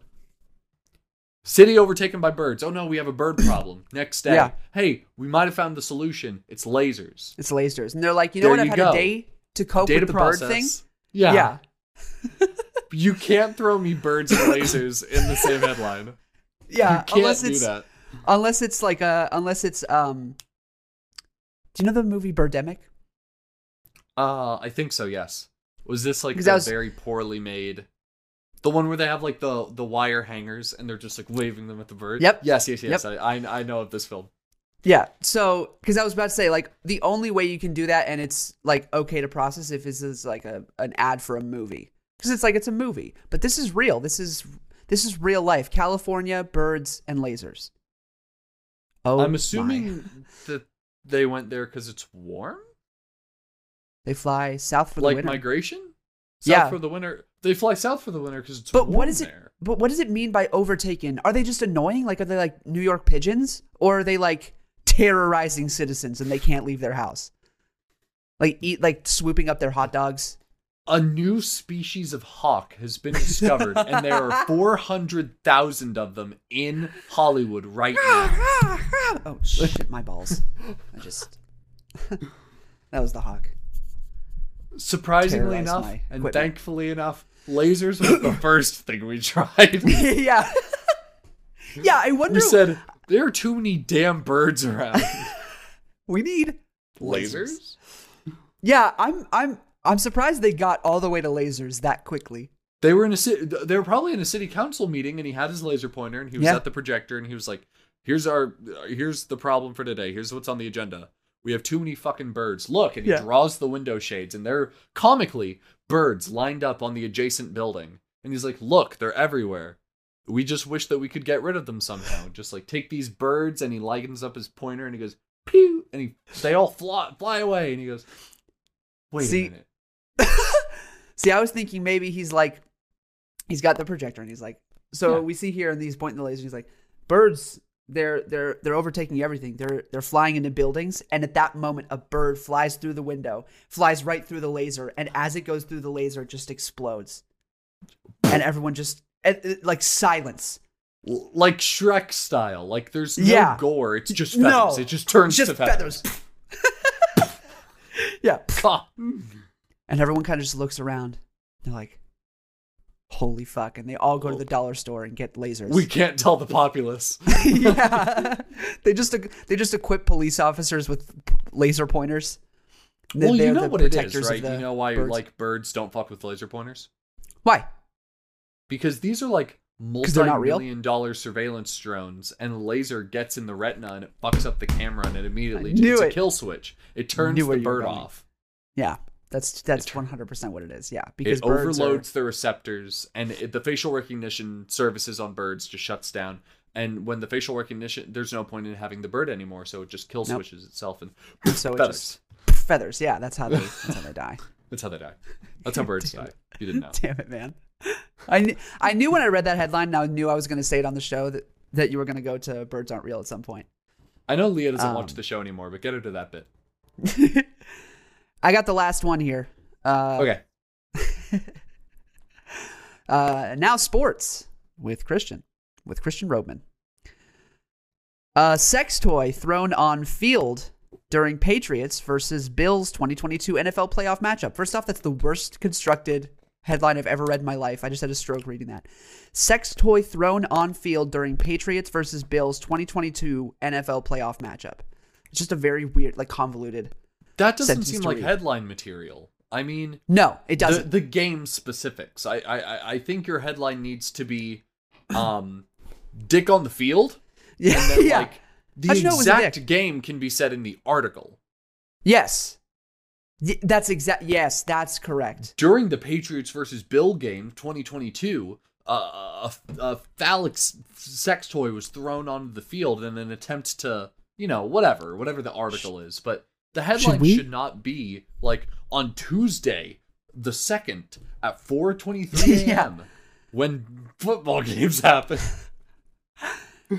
City overtaken by birds. Oh no, we have a bird problem. Next day,
Yeah.
hey, we might have found the solution. It's lasers.
It's lasers. And they're like, you know
There
what? I've
you
had
go.
a day to cope
Data
with the
process.
bird thing.
Yeah.
yeah.
You can't throw me birds and lasers in the same headline.
Yeah,
you can't
unless
do
it's
that.
unless it's like a unless it's um. Do you know the movie Birdemic?
Uh, I think so. Yes. Was this like
'Cause
the
I was-
very poorly made, the one where they have like the the wire hangers and they're just like waving them at the bird?
Yep.
Yes. Yes. Yes. I, I I know of this film.
Yeah. So, because I was about to say, like, the only way you can do that, and it's like okay to process if this is like a an ad for a movie, because it's like it's a movie, but this is real. This is this is real life. California birds and lasers. Oh,
I'm
my.
assuming that they went there because it's warm,
they fly south for the
like
winter.
migration. South
Yeah.
for the winter. They fly south for the winter because it's
but
warm
what is it?
there.
But what does it mean by overtaken? Are they just annoying? Like, are they like New York pigeons, or are they like terrorizing citizens and they can't leave their house? Like eat like swooping up their hot dogs.
A new species of hawk has been discovered, and there are four hundred thousand of them in Hollywood right now.
Oh shit, my balls. I just That was the hawk.
Surprisingly
Terrorize
enough,
my
and
equipment.
thankfully enough, lasers was the first thing we tried.
yeah. yeah, I wonder
We said there are too many damn birds around.
we need
Lasers?
Yeah, I'm I'm I'm surprised they got all the way to lasers that quickly.
They were in a city. They were probably in a city council meeting, and he had his laser pointer, and he was
Yeah.
at the projector, and he was like, "Here's our, here's the problem for today. Here's what's on the agenda. We have too many fucking birds. Look," and he
Yeah.
draws the window shades, and they're comically birds lined up on the adjacent building, and he's like, "Look, they're everywhere. We just wish that we could get rid of them somehow. Just like take these birds," and he lightens up his pointer, and he goes, "Pew," and he they all fly fly away, and he goes, "Wait
See-
a minute."
See, I was thinking maybe he's like, he's got the projector and he's like, so
Yeah.
we see here and he's pointing the laser. And he's like, birds, they're they're they're overtaking everything. They're they're flying into buildings, and at that moment, a bird flies through the window, flies right through the laser, and as it goes through the laser, it just explodes, and everyone just and, uh, like silence,
L- like Shrek style. Like there's no
Yeah.
gore. It's just
No.
feathers. It just turns
just
to feathers.
feathers. yeah,
Ah.
and everyone kind of just looks around. They're like, holy fuck, and they all go to the dollar store and get lasers.
we can't tell the populace.
yeah, they just they just equip police officers with laser pointers. They-
well, you
they're
know
the
what it is,
protectors of
right?
the
You know why
birds.
like birds don't fuck with laser pointers
why?
because these are like
they're not real?
multi-million dollar surveillance drones, and a laser gets in the retina and it fucks up the camera, and it immediately
I knew
it's a
it.
kill switch. It turns
Knew
the
where you were
bird
going.
off.
Yeah, that's that's one hundred percent what it is. Yeah, because
It
birds are-
overloads the receptors, and it, the facial recognition services on birds just shuts down. And when the facial recognition, there's no point in having the bird anymore, so it just kill
Nope.
switches itself and
so it
feathers.
just feathers. Yeah, that's how they that's how they die.
That's how they die. That's how birds die. You didn't know.
Damn it, man. I knew, I knew when I read that headline, and I knew I was going to say it on the show that that you were going to go to birds aren't real at some point.
I know Leah doesn't watch
Um,
the show anymore, but get her to that bit.
I got the last one here. Uh,
Okay.
Uh, now sports with Christian, with Christian Rodman. A sex toy thrown on field during Patriots versus Bills 2022 NFL playoff matchup. First off, that's the worst constructed headline I've ever read in my life. I just had a stroke reading that. Sex toy thrown on field during Patriots versus Bills 2022 NFL playoff matchup. It's just a very weird, like convoluted.
That doesn't
Sentence
seem
to
like
read.
headline material. I mean,
No, it doesn't.
the, the game specifics. I, I, I- I think your headline needs to be um, Dick on the Field.
yeah.
And then,
yeah.
like, the
How'd you know it was a
exact game can be said in the article.
yes. Y- that's exact. Yes, that's correct.
During the Patriots versus Bill game 2022, uh, a, a phallic s- sex toy was thrown onto the field in an attempt to, you know, whatever, whatever the article is. But the headline
we-
should, not be like on Tuesday, the second at 4:23 a.m.
Yeah.
when football games happen.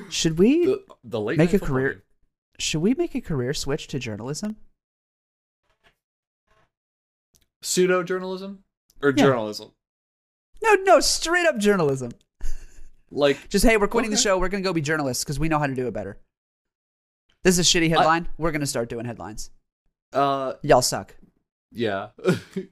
Should we?
The, the late
Make
night
a
football
career-
game.
Should we make a career switch to journalism?
pseudo journalism or
Yeah.
journalism.
No, no, straight up journalism.
Like
Just hey, we're quitting the
Okay.
show. We're gonna go be journalists because we know how to do it better. This is a shitty headline. we're gonna start doing headlines.
uh
Y'all suck.
yeah.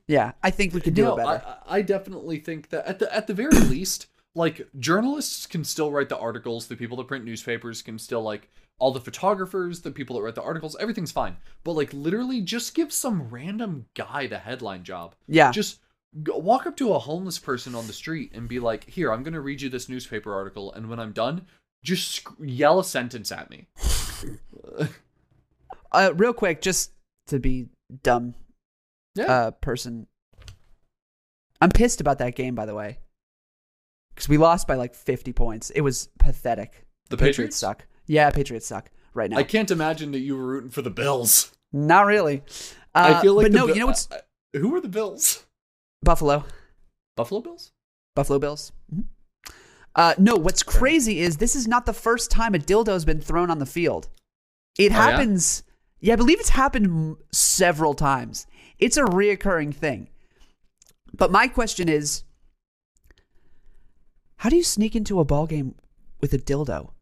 Yeah, I think we could do it
no,
better.
I, I- I definitely think that at the at the very least, like journalists can still write the articles, the people that print newspapers can still like all the photographers, the people that write the articles, everything's fine. But like literally just give some random guy the headline job.
yeah,
Just g- walk up to a homeless person on the street and be like, "Here, I'm going to read you this newspaper article and when I'm done, just sc- yell a sentence at me."
uh, real quick, just to be dumb,
Yeah.
uh, person. I'm pissed about that game, by the way, because we lost by like 50 points. It was pathetic.
The Patriots?
suck. Yeah, Patriots suck right now.
I can't imagine that you were rooting for the Bills.
Not really. Uh,
I feel like
but
the
no,
Bi-
you know what's
I- I- who are the Bills?
Buffalo.
Buffalo Bills?
Buffalo Bills. Mhm. Uh, no, what's crazy is this is not the first time a dildo's been thrown on the field. It
Oh, yeah?
happens. Yeah? I believe it's happened m- several times. It's a reoccurring thing. But my question is, how do you sneak into a ball game with a dildo?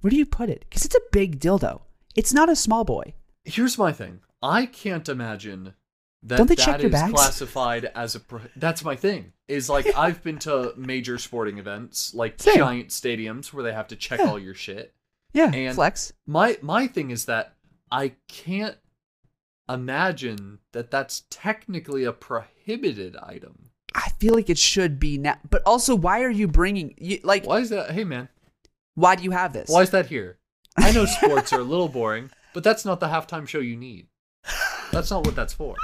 Where do you put it? Because it's a big dildo. It's not a small boy.
Here's my thing. I can't imagine that
Don't they
that
check your
is
bags?
classified as a. Pro- That's my thing. Is like I've been to major sporting events, like
Same.
giant stadiums, where they have to check
Yeah.
all your shit.
Yeah,
And-
flex.
My my thing is that I can't imagine that that's technically a prohibited item.
I feel like it should be now. But also, why are you bringing? You, like,
Why is that? Hey man,
why do you have this?
why is that here? I know sports are a little boring, but that's not the halftime show you need. That's not what that's for.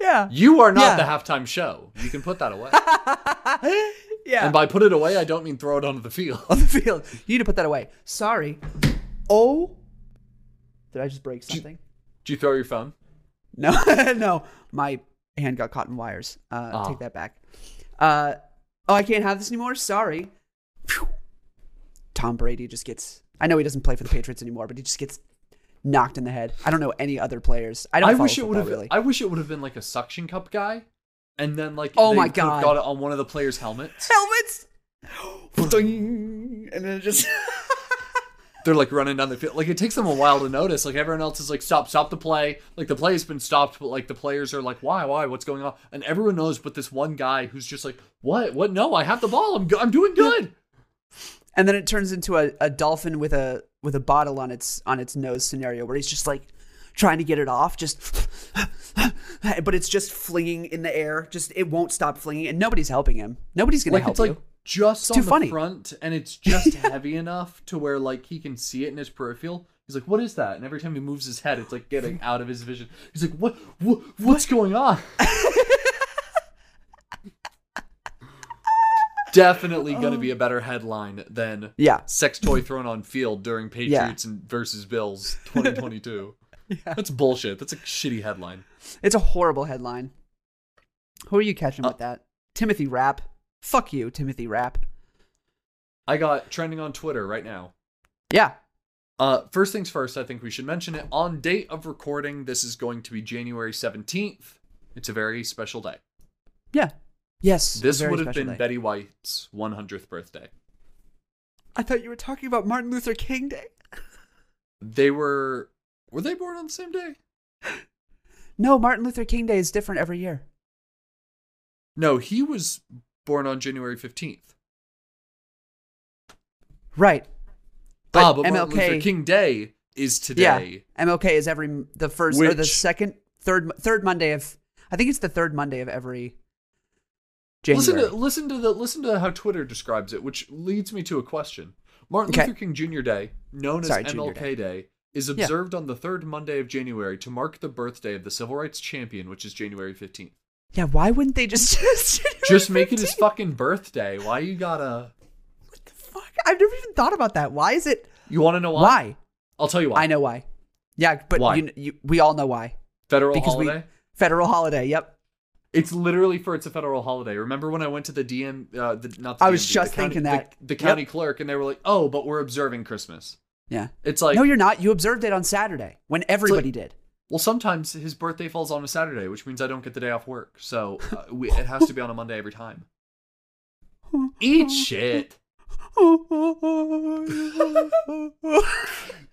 yeah.
You are not
Yeah.
the halftime show. You can put that away.
yeah.
And by put it away, I don't mean throw it onto the field.
on the field. You need to put that away. Sorry. Oh. Did I just break something?
Do you throw your phone?
No, no. My hand got caught in wires. Uh,
Ah.
Take that back. Uh, oh, I can't have this anymore. Sorry. Phew. Tom Brady just gets. I know he doesn't play for the Patriots anymore, but he just gets knocked in the head. I don't know any other players. I don't.
I
follow
wish it would
football,
have.
really.
I wish it would have been like a suction cup guy, and then like
Oh
they
my
could have
God.
got it on one of the players' helmets.
helmets. Mm, and then it just.
They're like running down the field. Like it takes them a while to notice. Like everyone else is like, stop, stop the play. Like the play has been stopped, but like the players are like, why, why, what's going on? And everyone knows, but this one guy who's just like, what, what? No, I have the ball. I'm, go- I'm doing good.
and then it turns into a, a dolphin with a with a bottle on its on its nose scenario where he's just like trying to get it off just but it's just flinging in the air just it won't stop flinging and nobody's helping him nobody's gonna
like
help
it's like
you
just on
too
the
funny.
front and it's just heavy enough to where like he can see it in his peripheral he's like what is that and every time he moves his head it's like getting out of his vision he's like what, what what's going on definitely gonna
Oh.
be a better headline than
yeah
sex toy thrown on field during patriots and versus bills 2022 that's bullshit that's a shitty headline
it's a horrible headline who are you catching
Uh,
with that timothy rap fuck you timothy rap
i got trending on twitter right now
yeah
Uh, first things first, I think we should mention it. On date of recording, this is going to be January 17th. It's a very special day.
yeah yes
This
very
would have
special
been
day.
Betty White's 100th birthday.
i thought you were talking about martin luther king day
They were. Were they born on the same day?
no martin luther king day is different every year
No, he was born on January 15th.
right But
ah, but Martin
MLK
Luther King Day is today.
Yeah, MLK is every the first or the
Which-
second, third, third Monday of. I think it's the third Monday of every. January.
Listen to listen to the listen to how Twitter describes it, which leads me to a question. Martin
Okay.
Luther King Jr. Day, known
Sorry,
as
Junior
MLK Day. is
Yeah.
observed on the third Monday of January to mark the birthday of the civil rights champion, which is January fifteenth.
yeah, why wouldn't they just just,
Just make it his fucking birthday. Why you gotta?
What the fuck? I've never even thought about that. Why is it?
You want to know why?
Why?
I'll tell you why.
I know why. Yeah, but
Why?
You, you, we all know why.
Federal
because
holiday.
we federal holiday. Yep.
It's literally for it's a federal holiday. Remember when I went to the DM? Uh, the, not the
I was
DMV,
just
the county-
thinking that.
the, the
Yep.
county clerk, and they were like, "Oh, but we're observing Christmas."
Yeah.
It's like
no, you're not. You observed it on Saturday when everybody did.
Well, sometimes his birthday falls on a Saturday, which means I don't get the day off work. So uh, we, it has to be on a Monday every time. Eat shit.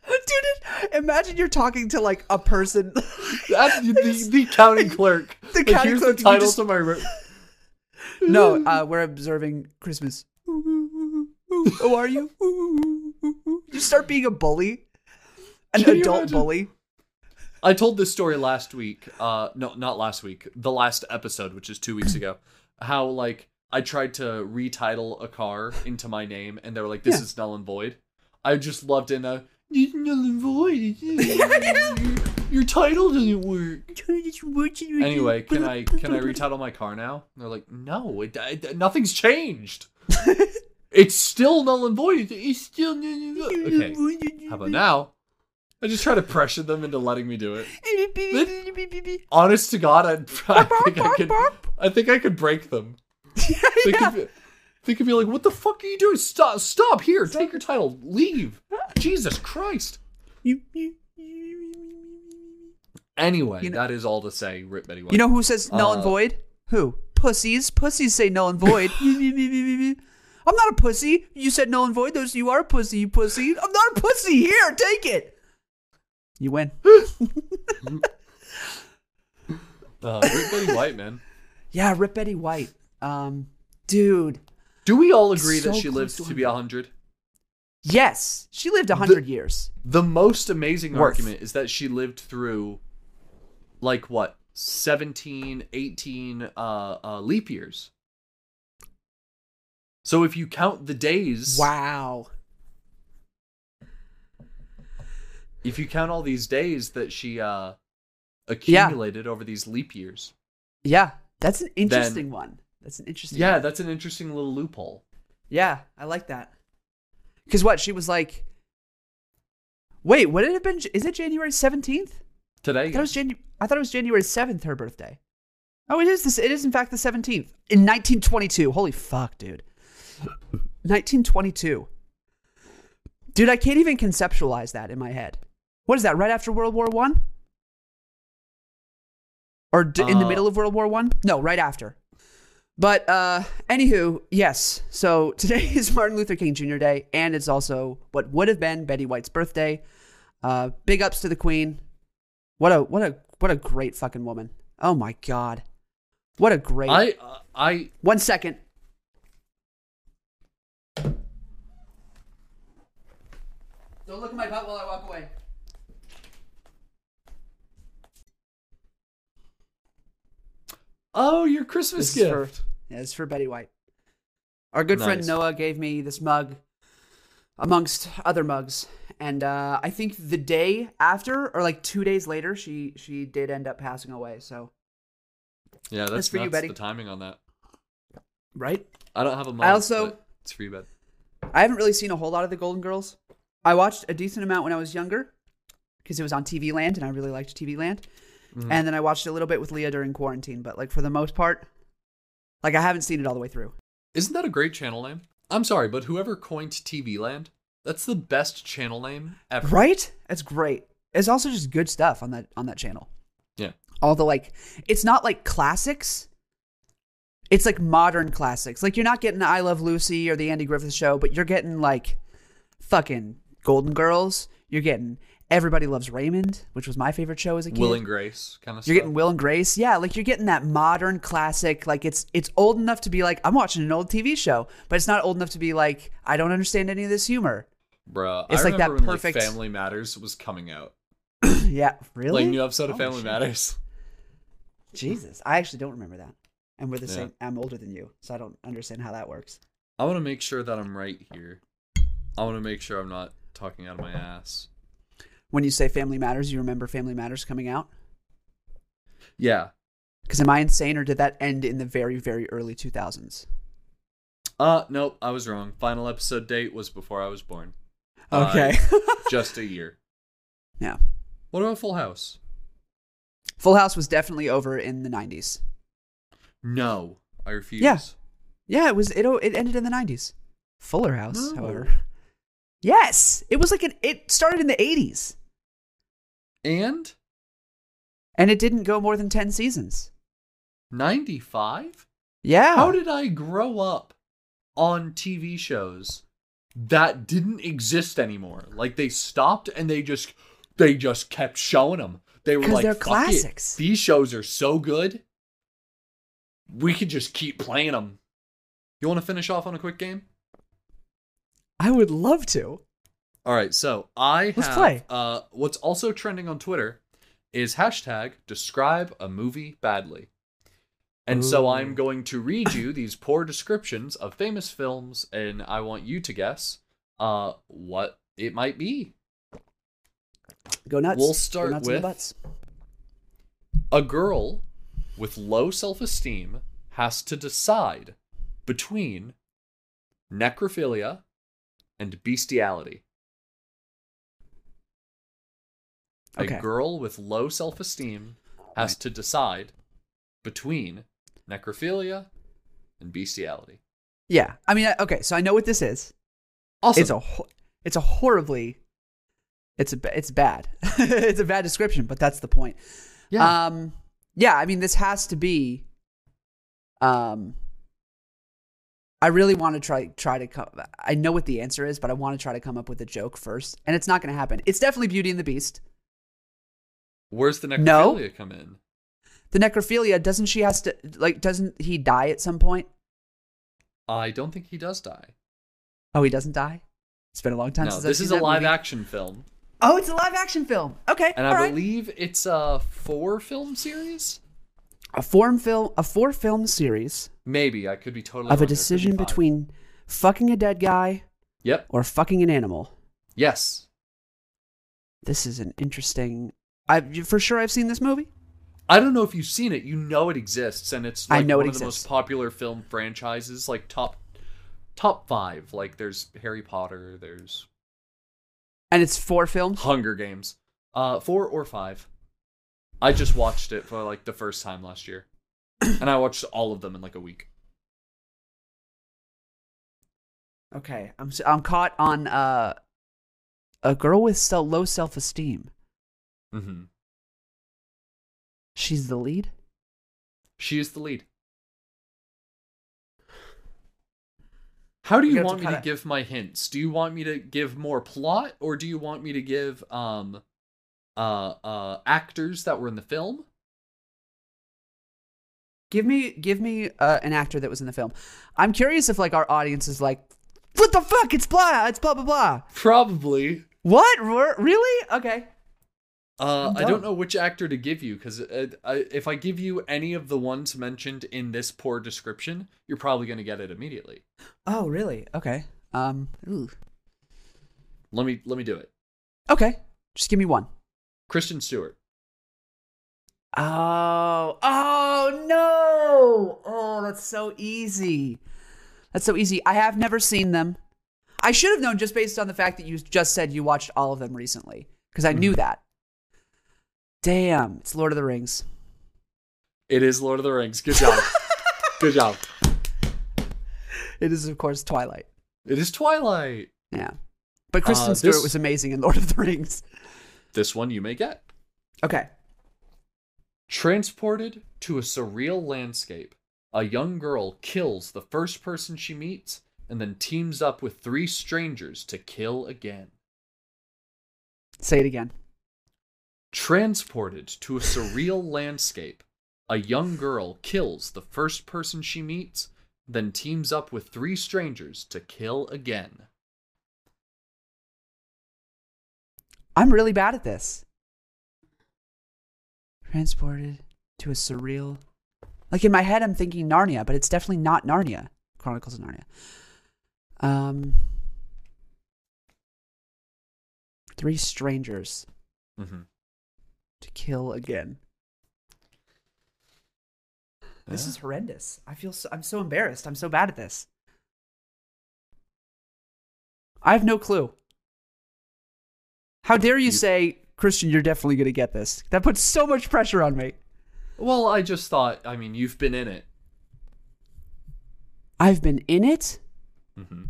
Dude, imagine you're talking to like a person.
That's the, the, the county clerk.
The
Like,
county
here's
clerk,
the
you
title
just-
to my re-
no, uh, we're observing Christmas. Oh, are you? You start being a bully, an
Can you
adult
imagine?
bully.
I told this story last week. Uh, no, not last week. The last episode, which is two weeks ago, how like I tried to retitle a car into my name, and they were like, "This
Yeah.
is null and void." I just loved in a "This is null and void. Your, your title doesn't work. Anyway, can I can I retitle my car now? And they're like, "No, it, it, nothing's changed. it's still null and void. It's still null and void." Okay, how about now? I just try to pressure them into letting me do it. honest to God, I'd, I think I could. I think I could break them. They could, be, they could be like, "What the fuck are you doing? Stop! Stop here! Take your title. Leave! Jesus Christ!" Anyway,
You know-
that is all to say. Rip anyway.
You know who says null and
Uh,
void? Who? Pussies. Pussies say null and void. I'm not a pussy. You said null and void. Those you are a pussy. You pussy. I'm not a pussy. Here, take it. You win.
uh, Rip Betty White, man.
Yeah, Rip Betty White. Um, dude.
Do we all agree that
so
she
close
lives
to
to be hundred?
Yes, she lived a hundred years.
The most amazing
Worth.
argument is that she lived through, like what, 17, 18 uh, uh, leap years. So if you count the days,
Wow.
if you count all these days that she uh accumulated over these leap years
Yeah, that's an interesting one. That's an interesting.
yeah that's an interesting little loophole
Yeah, I like that. Because what she was like. Wait, would it have been? Is it January seventeenth? I
today
thought it was January. I thought it was January seventh, her birthday. Oh, it is this. It is in fact the seventeenth in nineteen twenty-two. Holy fuck, dude. Nineteen twenty-two. Dude, I can't even conceptualize that in my head. What is that? Right after World War One, or d- in the
Uh,
middle of World War One? No, right after. But uh, anywho, yes. So today is Martin Luther King Jr. Day, and it's also what would have been Betty White's birthday. Uh, big ups to the Queen. What a what a what a great fucking woman. Oh my god, what a great.
i uh, i
One second. Don't look at my butt while I walk away.
oh your christmas
This is for-
gift
Yeah, it's for Betty White. Our good friend
Nice.
Noah gave me this mug, amongst other mugs, and uh, I think the day after, or like two days later, she she did end up passing away. So
yeah that's,
That's for you,
nuts,
Betty.
the timing on that
right,
i don't have a mug,
I also-
but it's for you bud
I haven't really seen a whole lot of the Golden Girls. I watched a decent amount when I was younger because it was on TV Land, and I really liked TV Land.
Mhm.
And then I watched a little bit with Leah during quarantine, but like for the most part, like I haven't seen it all the way through.
isn't that a great channel name i'm sorry but whoever coined tv land that's the best channel name ever
Right? That's great. It's also just good stuff on that on that channel.
yeah
all the like it's not like classics it's like modern classics like you're not getting i love lucy or the andy griffith show but you're getting like fucking golden girls you're getting everybody loves raymond which was my favorite show as a kid
will and grace kind of
you're
stuff
getting will and grace yeah like you're getting that modern classic like it's it's old enough to be like i'm watching an old tv show but it's not old enough to be like i don't understand any of this humor
bruh
It's
I
like that
remember when,
perfect-
family matters was coming out
yeah really
like new episode of
Holy
family
shit.
matters
jesus i actually don't remember that and we're the
Yeah.
same i'm older than you so i don't understand how that works
I want to make sure that I'm right here. I want to make sure I'm not talking out of my ass.
when you say Family Matters, you remember Family Matters coming out?
Yeah.
Because am I insane or did that end in the very, very early 2000s?
Uh, nope, I was wrong. Final episode date was before I was born.
Okay.
Just a year.
yeah.
What about Full House?
Full House was definitely over in the 90s.
No, I refuse.
Yeah. Yeah, it was. It, o- it ended in the 90s. Fuller House,
No.
however. Yes. It was like an. It started in the 80s
And
and it didn't go more than 10 seasons.
95?
Yeah.
How did I grow up on TV shows that didn't exist anymore. Like they stopped and they just they just kept showing them. They were
'Cause
like,
they're
"Fuck it.
classics."
These shows are so good. We could just keep playing them. You want to finish off on a quick game?
I would love to.
All right, so I
Let's
have,
play.
Uh, what's also trending on Twitter is hashtag describe a movie badly. And so
Ooh.
I'm going to read you these poor descriptions of famous films, and I want you to guess uh, what it might be.
Go nuts.
We'll
Go
start
nuts in the
with-
butts.
A girl with low self esteem has to decide between necrophilia and bestiality.
Okay.
A girl with low self esteem has to decide between necrophilia and bestiality.
Yeah. I mean, I- okay. So I know what this is.
Awesome.
It's a ho- it's a horribly it's a ba- it's bad. it's a bad description, but that's the point.
yeah.
Um yeah, I mean this has to be um I really want to try try to come I know what the answer is, but I want to try to come up with a joke first, and it's not going to happen. It's definitely Beauty and the Beast.
Where's the necrophilia
no.
come in?
The necrophilia doesn't she has to like doesn't he die at some point?
I don't think he does die.
Oh, he doesn't die. It's been a long time
No,
since
this
I've
is
seen
a
that
live
movie.
action film.
Oh, it's a live action film. Okay,
And
all
I
right.
believe it's a four film series?
a four film a four film series
Maybe I could be totally
of
wrong. There
a
could be
decision
five.
between fucking a dead guy
Yep.
or fucking an animal.
Yes.
This is an interesting. I for sure I've seen this movie.
I don't know if you've seen it. You know it exists, and it's
I
like
know
one
it
of the
exists.
most popular film franchises, like top top five. Like there's Harry Potter, there's
And it's four films.
Hunger Games, uh, four or five. I just watched it for like the first time last year, and I watched all of them in like a week.
Okay, I'm s- I'm caught on uh, a girl with so low self esteem.
Mm-hmm.
She's the lead.
She is the lead. How do
We
you
have to
want me to
kinda-
give my hints? Do you want me to give more plot, or do you want me to give um, uh, uh, actors that were in the film?
Give me give me uh, an actor that was in the film. I'm curious if like our audience is like, what the fuck? It's blah. It's blah blah blah.
Probably.
What? Re- Really? Okay.
Uh,
I'm
I don't
done.
know which actor to give you because if I give you any of the ones mentioned in this poor description, you're probably going to get it immediately.
Oh really? Okay. Um. Ooh.
Let me let me do it.
Okay. Just give me one.
Kristen Stewart.
Oh, oh no! Oh, that's so easy. That's so easy. I have never seen them. I should have known just based on the fact that you just said you watched all of them recently, because I
Mm-hmm.
knew that. Damn, it's Lord of the Rings.
It is Lord of the Rings. Good job. Good job.
It is, of course, Twilight.
It is Twilight.
Yeah, but Kristen
Uh,
Stewart
this-
was amazing in Lord of the Rings.
This one you may get.
Okay,
Transported to a surreal landscape, a young girl kills the first person she meets and then teams up with three strangers to kill again.
say it again.
Transported to a surreal landscape, a young girl kills the first person she meets, then teams up with three strangers to kill again.
I'm really bad at this. Transported to a surreal. Like in my head, I'm thinking Narnia, but it's definitely not Narnia. Chronicles of Narnia. Um, three strangers
Mm-hmm.
to kill again. This is horrendous. I feel so, I'm so embarrassed. I'm so bad at this. I have no clue. How dare you,
You-
say, Christian, you're definitely going to get this? That puts so much pressure on me.
well, I just thought. I mean, you've been in it.
I've been in it.
Mm-hmm.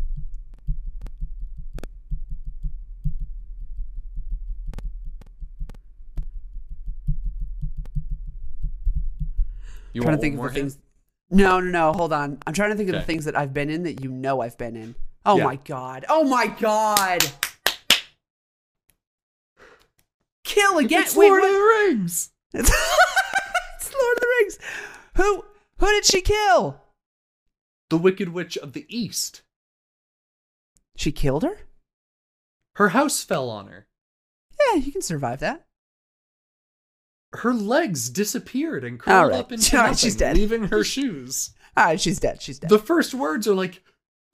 You
trying
want
to think
one more
of the
hint?
things. No, no, no. Hold on. I'm trying to think of
Okay.
the things that I've been in that you know I've been in. Oh
Yeah.
my god. Oh my god. Kill again.
it's
Wait,
Lord
what-
of the Rings.
It's, it's Lord of the Rings. Who who did she kill?
The Wicked Witch of the East.
She killed her?
Her house fell on her.
Yeah, you can survive that.
Her legs disappeared and
All
curled
right.
up into
All
nothing,
right, she's dead.
leaving her shoes.
All right, she's dead. She's dead.
The first words are like,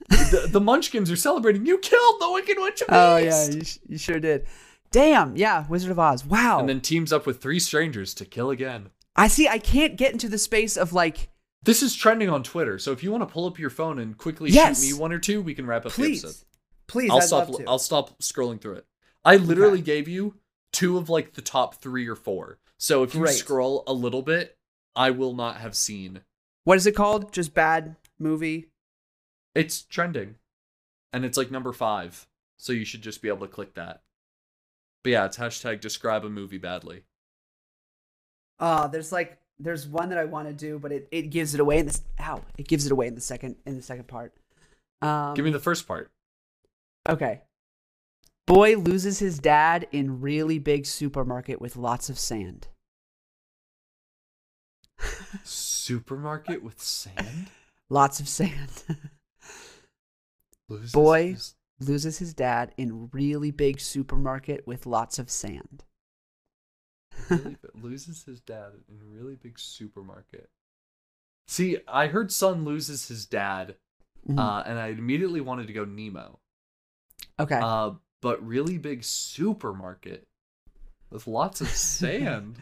the, the Munchkins are celebrating. You killed the Wicked Witch of the
oh
East.
yeah, you, sh- you sure did. Damn. Yeah, Wizard of Oz. Wow.
And then teams up with three strangers to kill again.
I see. I can't get into the space of like,
This is trending on Twitter, so if you want to pull up your phone and quickly
Yes.
shoot me one or two, we can wrap up
please,
the episode.
please.
I'll
I'd
stop.
love to.
I'll stop scrolling through it. I literally gave you two of like the top three or four. So if you
Great.
scroll a little bit, I will not have seen.
What is it called? Just bad movie.
It's trending, and it's like number five. So you should just be able to click that. But yeah, it's hashtag describe a movie badly.
Uh there's like there's one that I want to do, but it, it gives it away in this. Ow! It gives it away in the second in the second part. Um,
Give me the first part.
Okay. Boy loses his dad in really big supermarket with lots of sand.
Supermarket with sand.
Lots of sand.
Loses
Boy.
his-
loses his dad in really big supermarket with lots of sand.
really, but loses his dad in a really big supermarket. See, I heard son loses his dad,
Mhm.
uh, and I immediately wanted to go Nemo.
okay.
Uh, but really big supermarket with lots of sand.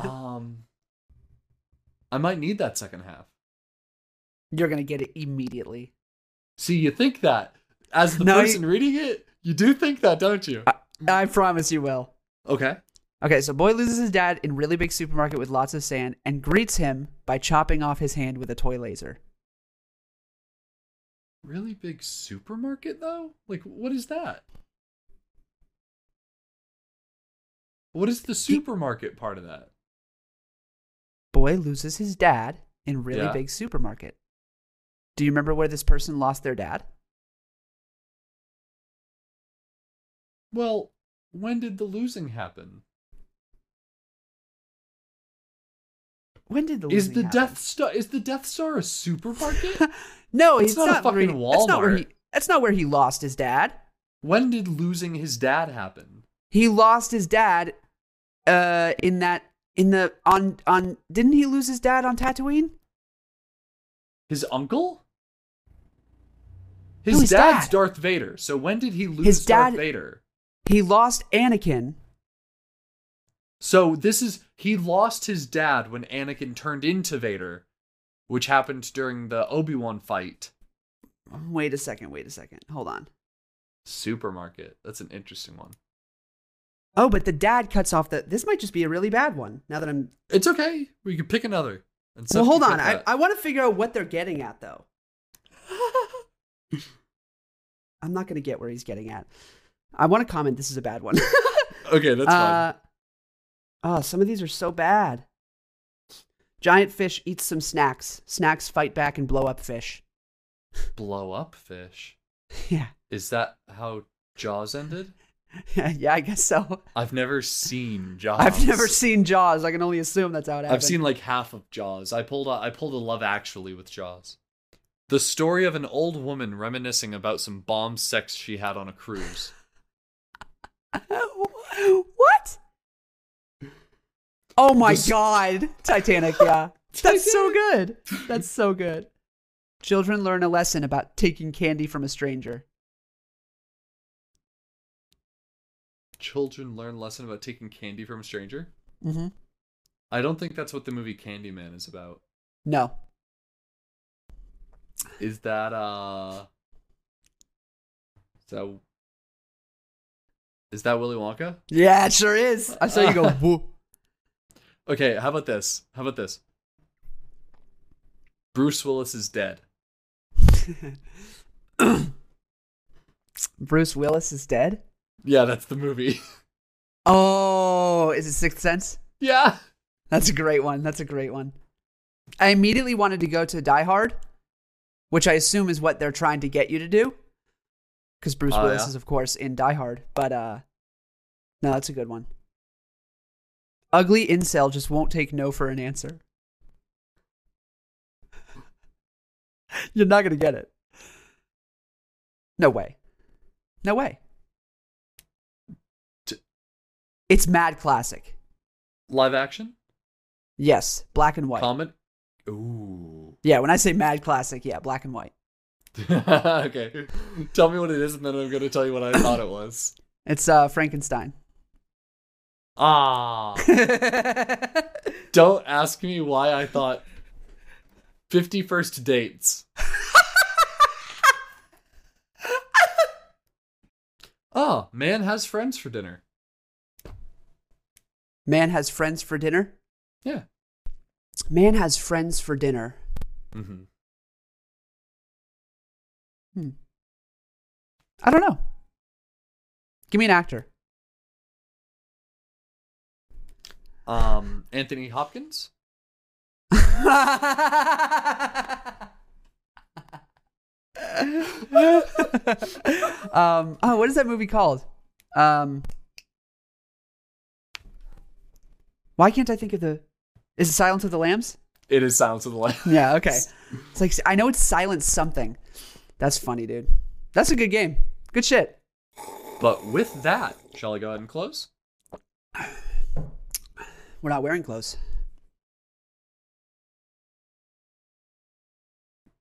um, I might need that second half.
You're gonna get it immediately.
See, you think that as the
No, you-
person reading it, you do think that, don't you?
I promise you will.
Okay.
Okay, so boy loses his dad in really big supermarket with lots of sand and greets him by chopping off his hand with a toy laser.
Really big supermarket though? Like what is that? What is the supermarket part of that?
Boy loses his dad in really
Yeah.
big supermarket. Do you remember where this person lost their dad?
Well, when did the losing happen?
When did the
is
losing
the
happen?
Death Star is the Death Star a supermarket?
No,
It's
he's
not a
where he-
fucking
That's not where he.
Walmart.
That's not where he lost his dad.
when did losing his dad happen?
He lost his dad, uh, in that in the on on. Didn't he lose his dad on Tatooine?
His uncle?
No,
His
his
dad's
dad.
Darth Vader. So when did he lose
His
Darth
dad-
Vader?
He lost Anakin.
So this is he lost his dad when Anakin turned into Vader, which happened during the Obi-Wan fight.
Wait a second. Wait a second. Hold on.
Supermarket. That's an interesting one.
Oh, but the dad cuts off the. This might just be a really bad one. Now that I'm.
It's okay. We could pick another. And
well,
Seth
hold
can
on.
pick
I
that.
I want to figure out what they're getting at though. I'm not gonna get where he's getting at. I want to comment. This is a bad one.
okay, that's fine.
uh, Oh, some of these are so bad. Giant fish eats some snacks. Snacks fight back and blow up fish.
Blow up fish.
Yeah,
Is that how Jaws ended?
yeah, yeah. I guess so.
I've never seen Jaws.
I've never seen Jaws. I can only assume that's how it happened.
I've seen like half of Jaws. I pulled a, I pulled a Love Actually with Jaws. The story of an old woman reminiscing about some bomb sex she had on a cruise.
what? Oh my
This-
god, Titanic! Yeah, that's so good. That's so good. Children learn a lesson about taking candy from a stranger.
Children learn lesson about taking candy from a stranger.
Mm-hmm.
I don't think that's what the movie Candyman is about.
No,
Is that uh is that is that Willy Wonka?
yeah, it sure is. I saw you go. Woo.
Okay, how about this? How about this? Bruce Willis is dead.
Bruce Willis is dead.
Yeah, that's the movie.
Oh, is it Sixth Sense?
yeah.
That's a great one. That's a great one. I immediately wanted to go to Die Hard, which I assume is what they're trying to get you to do. Because Bruce
Oh,
Willis
yeah.
is, of course, in Die Hard. But uh, no, that's a good one. Ugly incel just won't take no for an answer. You're not gonna get it. No way. No way.
T-
It's mad classic.
Live action?
Yes, black and white.
Comment? Ooh.
yeah, when I say mad classic, yeah, black and white.
okay. Tell me what it is, and then I'm going to tell you what I thought it was.
It's uh, Frankenstein.
Ah. Don't ask me why I thought 50 first dates. oh, man has friends for dinner.
Man has friends for dinner.
Yeah.
Man has friends for dinner.
Mm-hmm.
I don't know. Give me an actor.
Um, Anthony Hopkins?
um, oh, what is that movie called? Um, why can't I think of the? Is it Silence of the Lambs?
It is Silence of the Lambs.
Yeah. Okay. It's like I know it's Silence something. That's funny, dude. That's a good game. Good shit.
But with that, shall I go ahead and close?
We're not wearing clothes.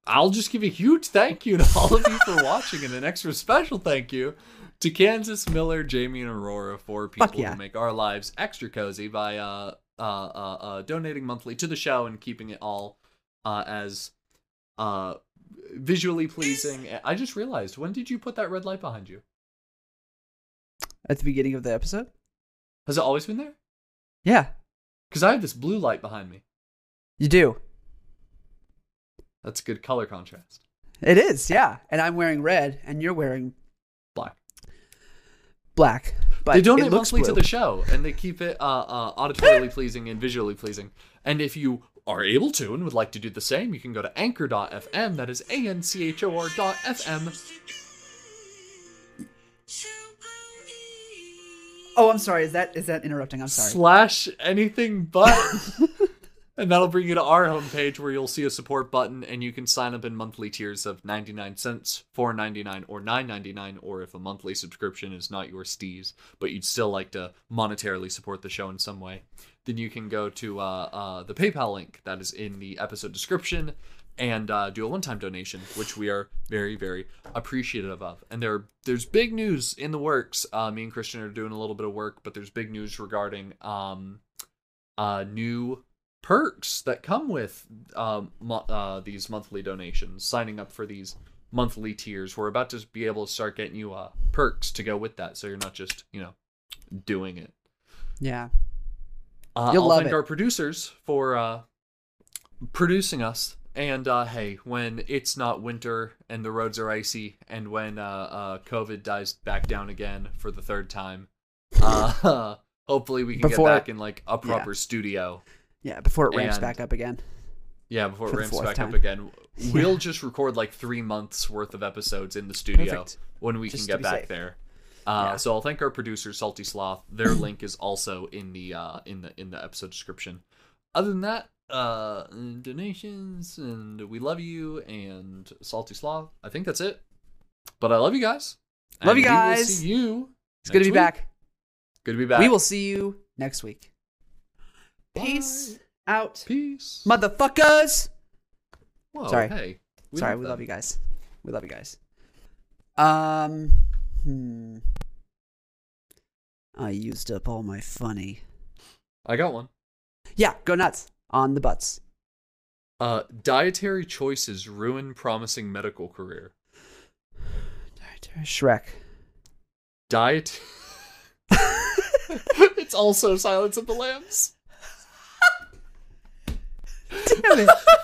I'll just give a huge thank you to all of you for watching and an extra special thank you to Kansas Miller, Jamie, and Aurora for people
Fuck yeah.
who make our lives extra cozy by uh, uh, uh, uh, donating monthly to the show and keeping it all uh, as uh, visually pleasing. I just realized, when did you put that red light behind you?
At the beginning of the episode.
Has it always been there?
Yeah,
Because I have this blue light behind me.
you do.
That's good color contrast.
It is. Yeah, and I'm wearing red, and you're wearing
Black.
black. But
they donate
it looks
monthly
blue.
to the show, and they keep it uh, uh, auditorily pleasing and visually pleasing. And if you are able to and would like to do the same, you can go to anchor.fm. That is A N C H O R dot FM.
Oh, I'm sorry. Is that is that interrupting? I'm sorry.
slash anything but. and that'll bring you to our homepage where you'll see a support button and you can sign up in monthly tiers of 99 cents, 4.99 or 9.99 or if a monthly subscription is not your steez, but you'd still like to monetarily support the show in some way, then you can go to uh, uh, the PayPal link that is in the episode description and uh, do a one-time donation, which we are very, very appreciative of. And there, there's big news in the works. Uh, me and Christian are doing a little bit of work, but there's big news regarding um, uh, new perks that come with um, mo- uh, these monthly donations. Signing up for these monthly tiers, we're about to be able to start getting you uh, perks to go with that, so you're not just you know doing it.
Yeah.
Uh,
You'll
I'll
love
thank
it.
our producers for uh, producing us. And uh, hey, when it's not winter and the roads are icy, and when uh, uh, COVID dies back down again for the third time, uh, hopefully we can
Before-
get back in like a proper studio.
Yeah. Before it ramps
And-
back up again.
Yeah, before it
For the
ramps
fourth
back
time.
up again, we'll just record like three months worth of episodes in the studio
Perfect.
when we
Just to
can get
be
back
safe.
there. Uh,
Yeah.
So I'll thank our producer Salty Sloth. Their link is also in the uh, in the in the episode description. Other than that, uh, donations and we love you and Salty Sloth. I think that's it. But I love you guys.
Love
And
you
we will
guys.
see you.
It's good to
next
be
week.
back.
Good to be back.
We will see you next week.
Bye.
Peace out,
Peace.
motherfuckers.
Whoa,
Sorry.
Hey,
Sorry, we
them.
love you guys. We love you guys. Um, hmm. I used up all my funny.
I got one.
Yeah, go nuts on the butts.
Uh, dietary choices ruin promising medical career.
Shrek.
Diet. it's also Silence of the Lambs.
Damn it.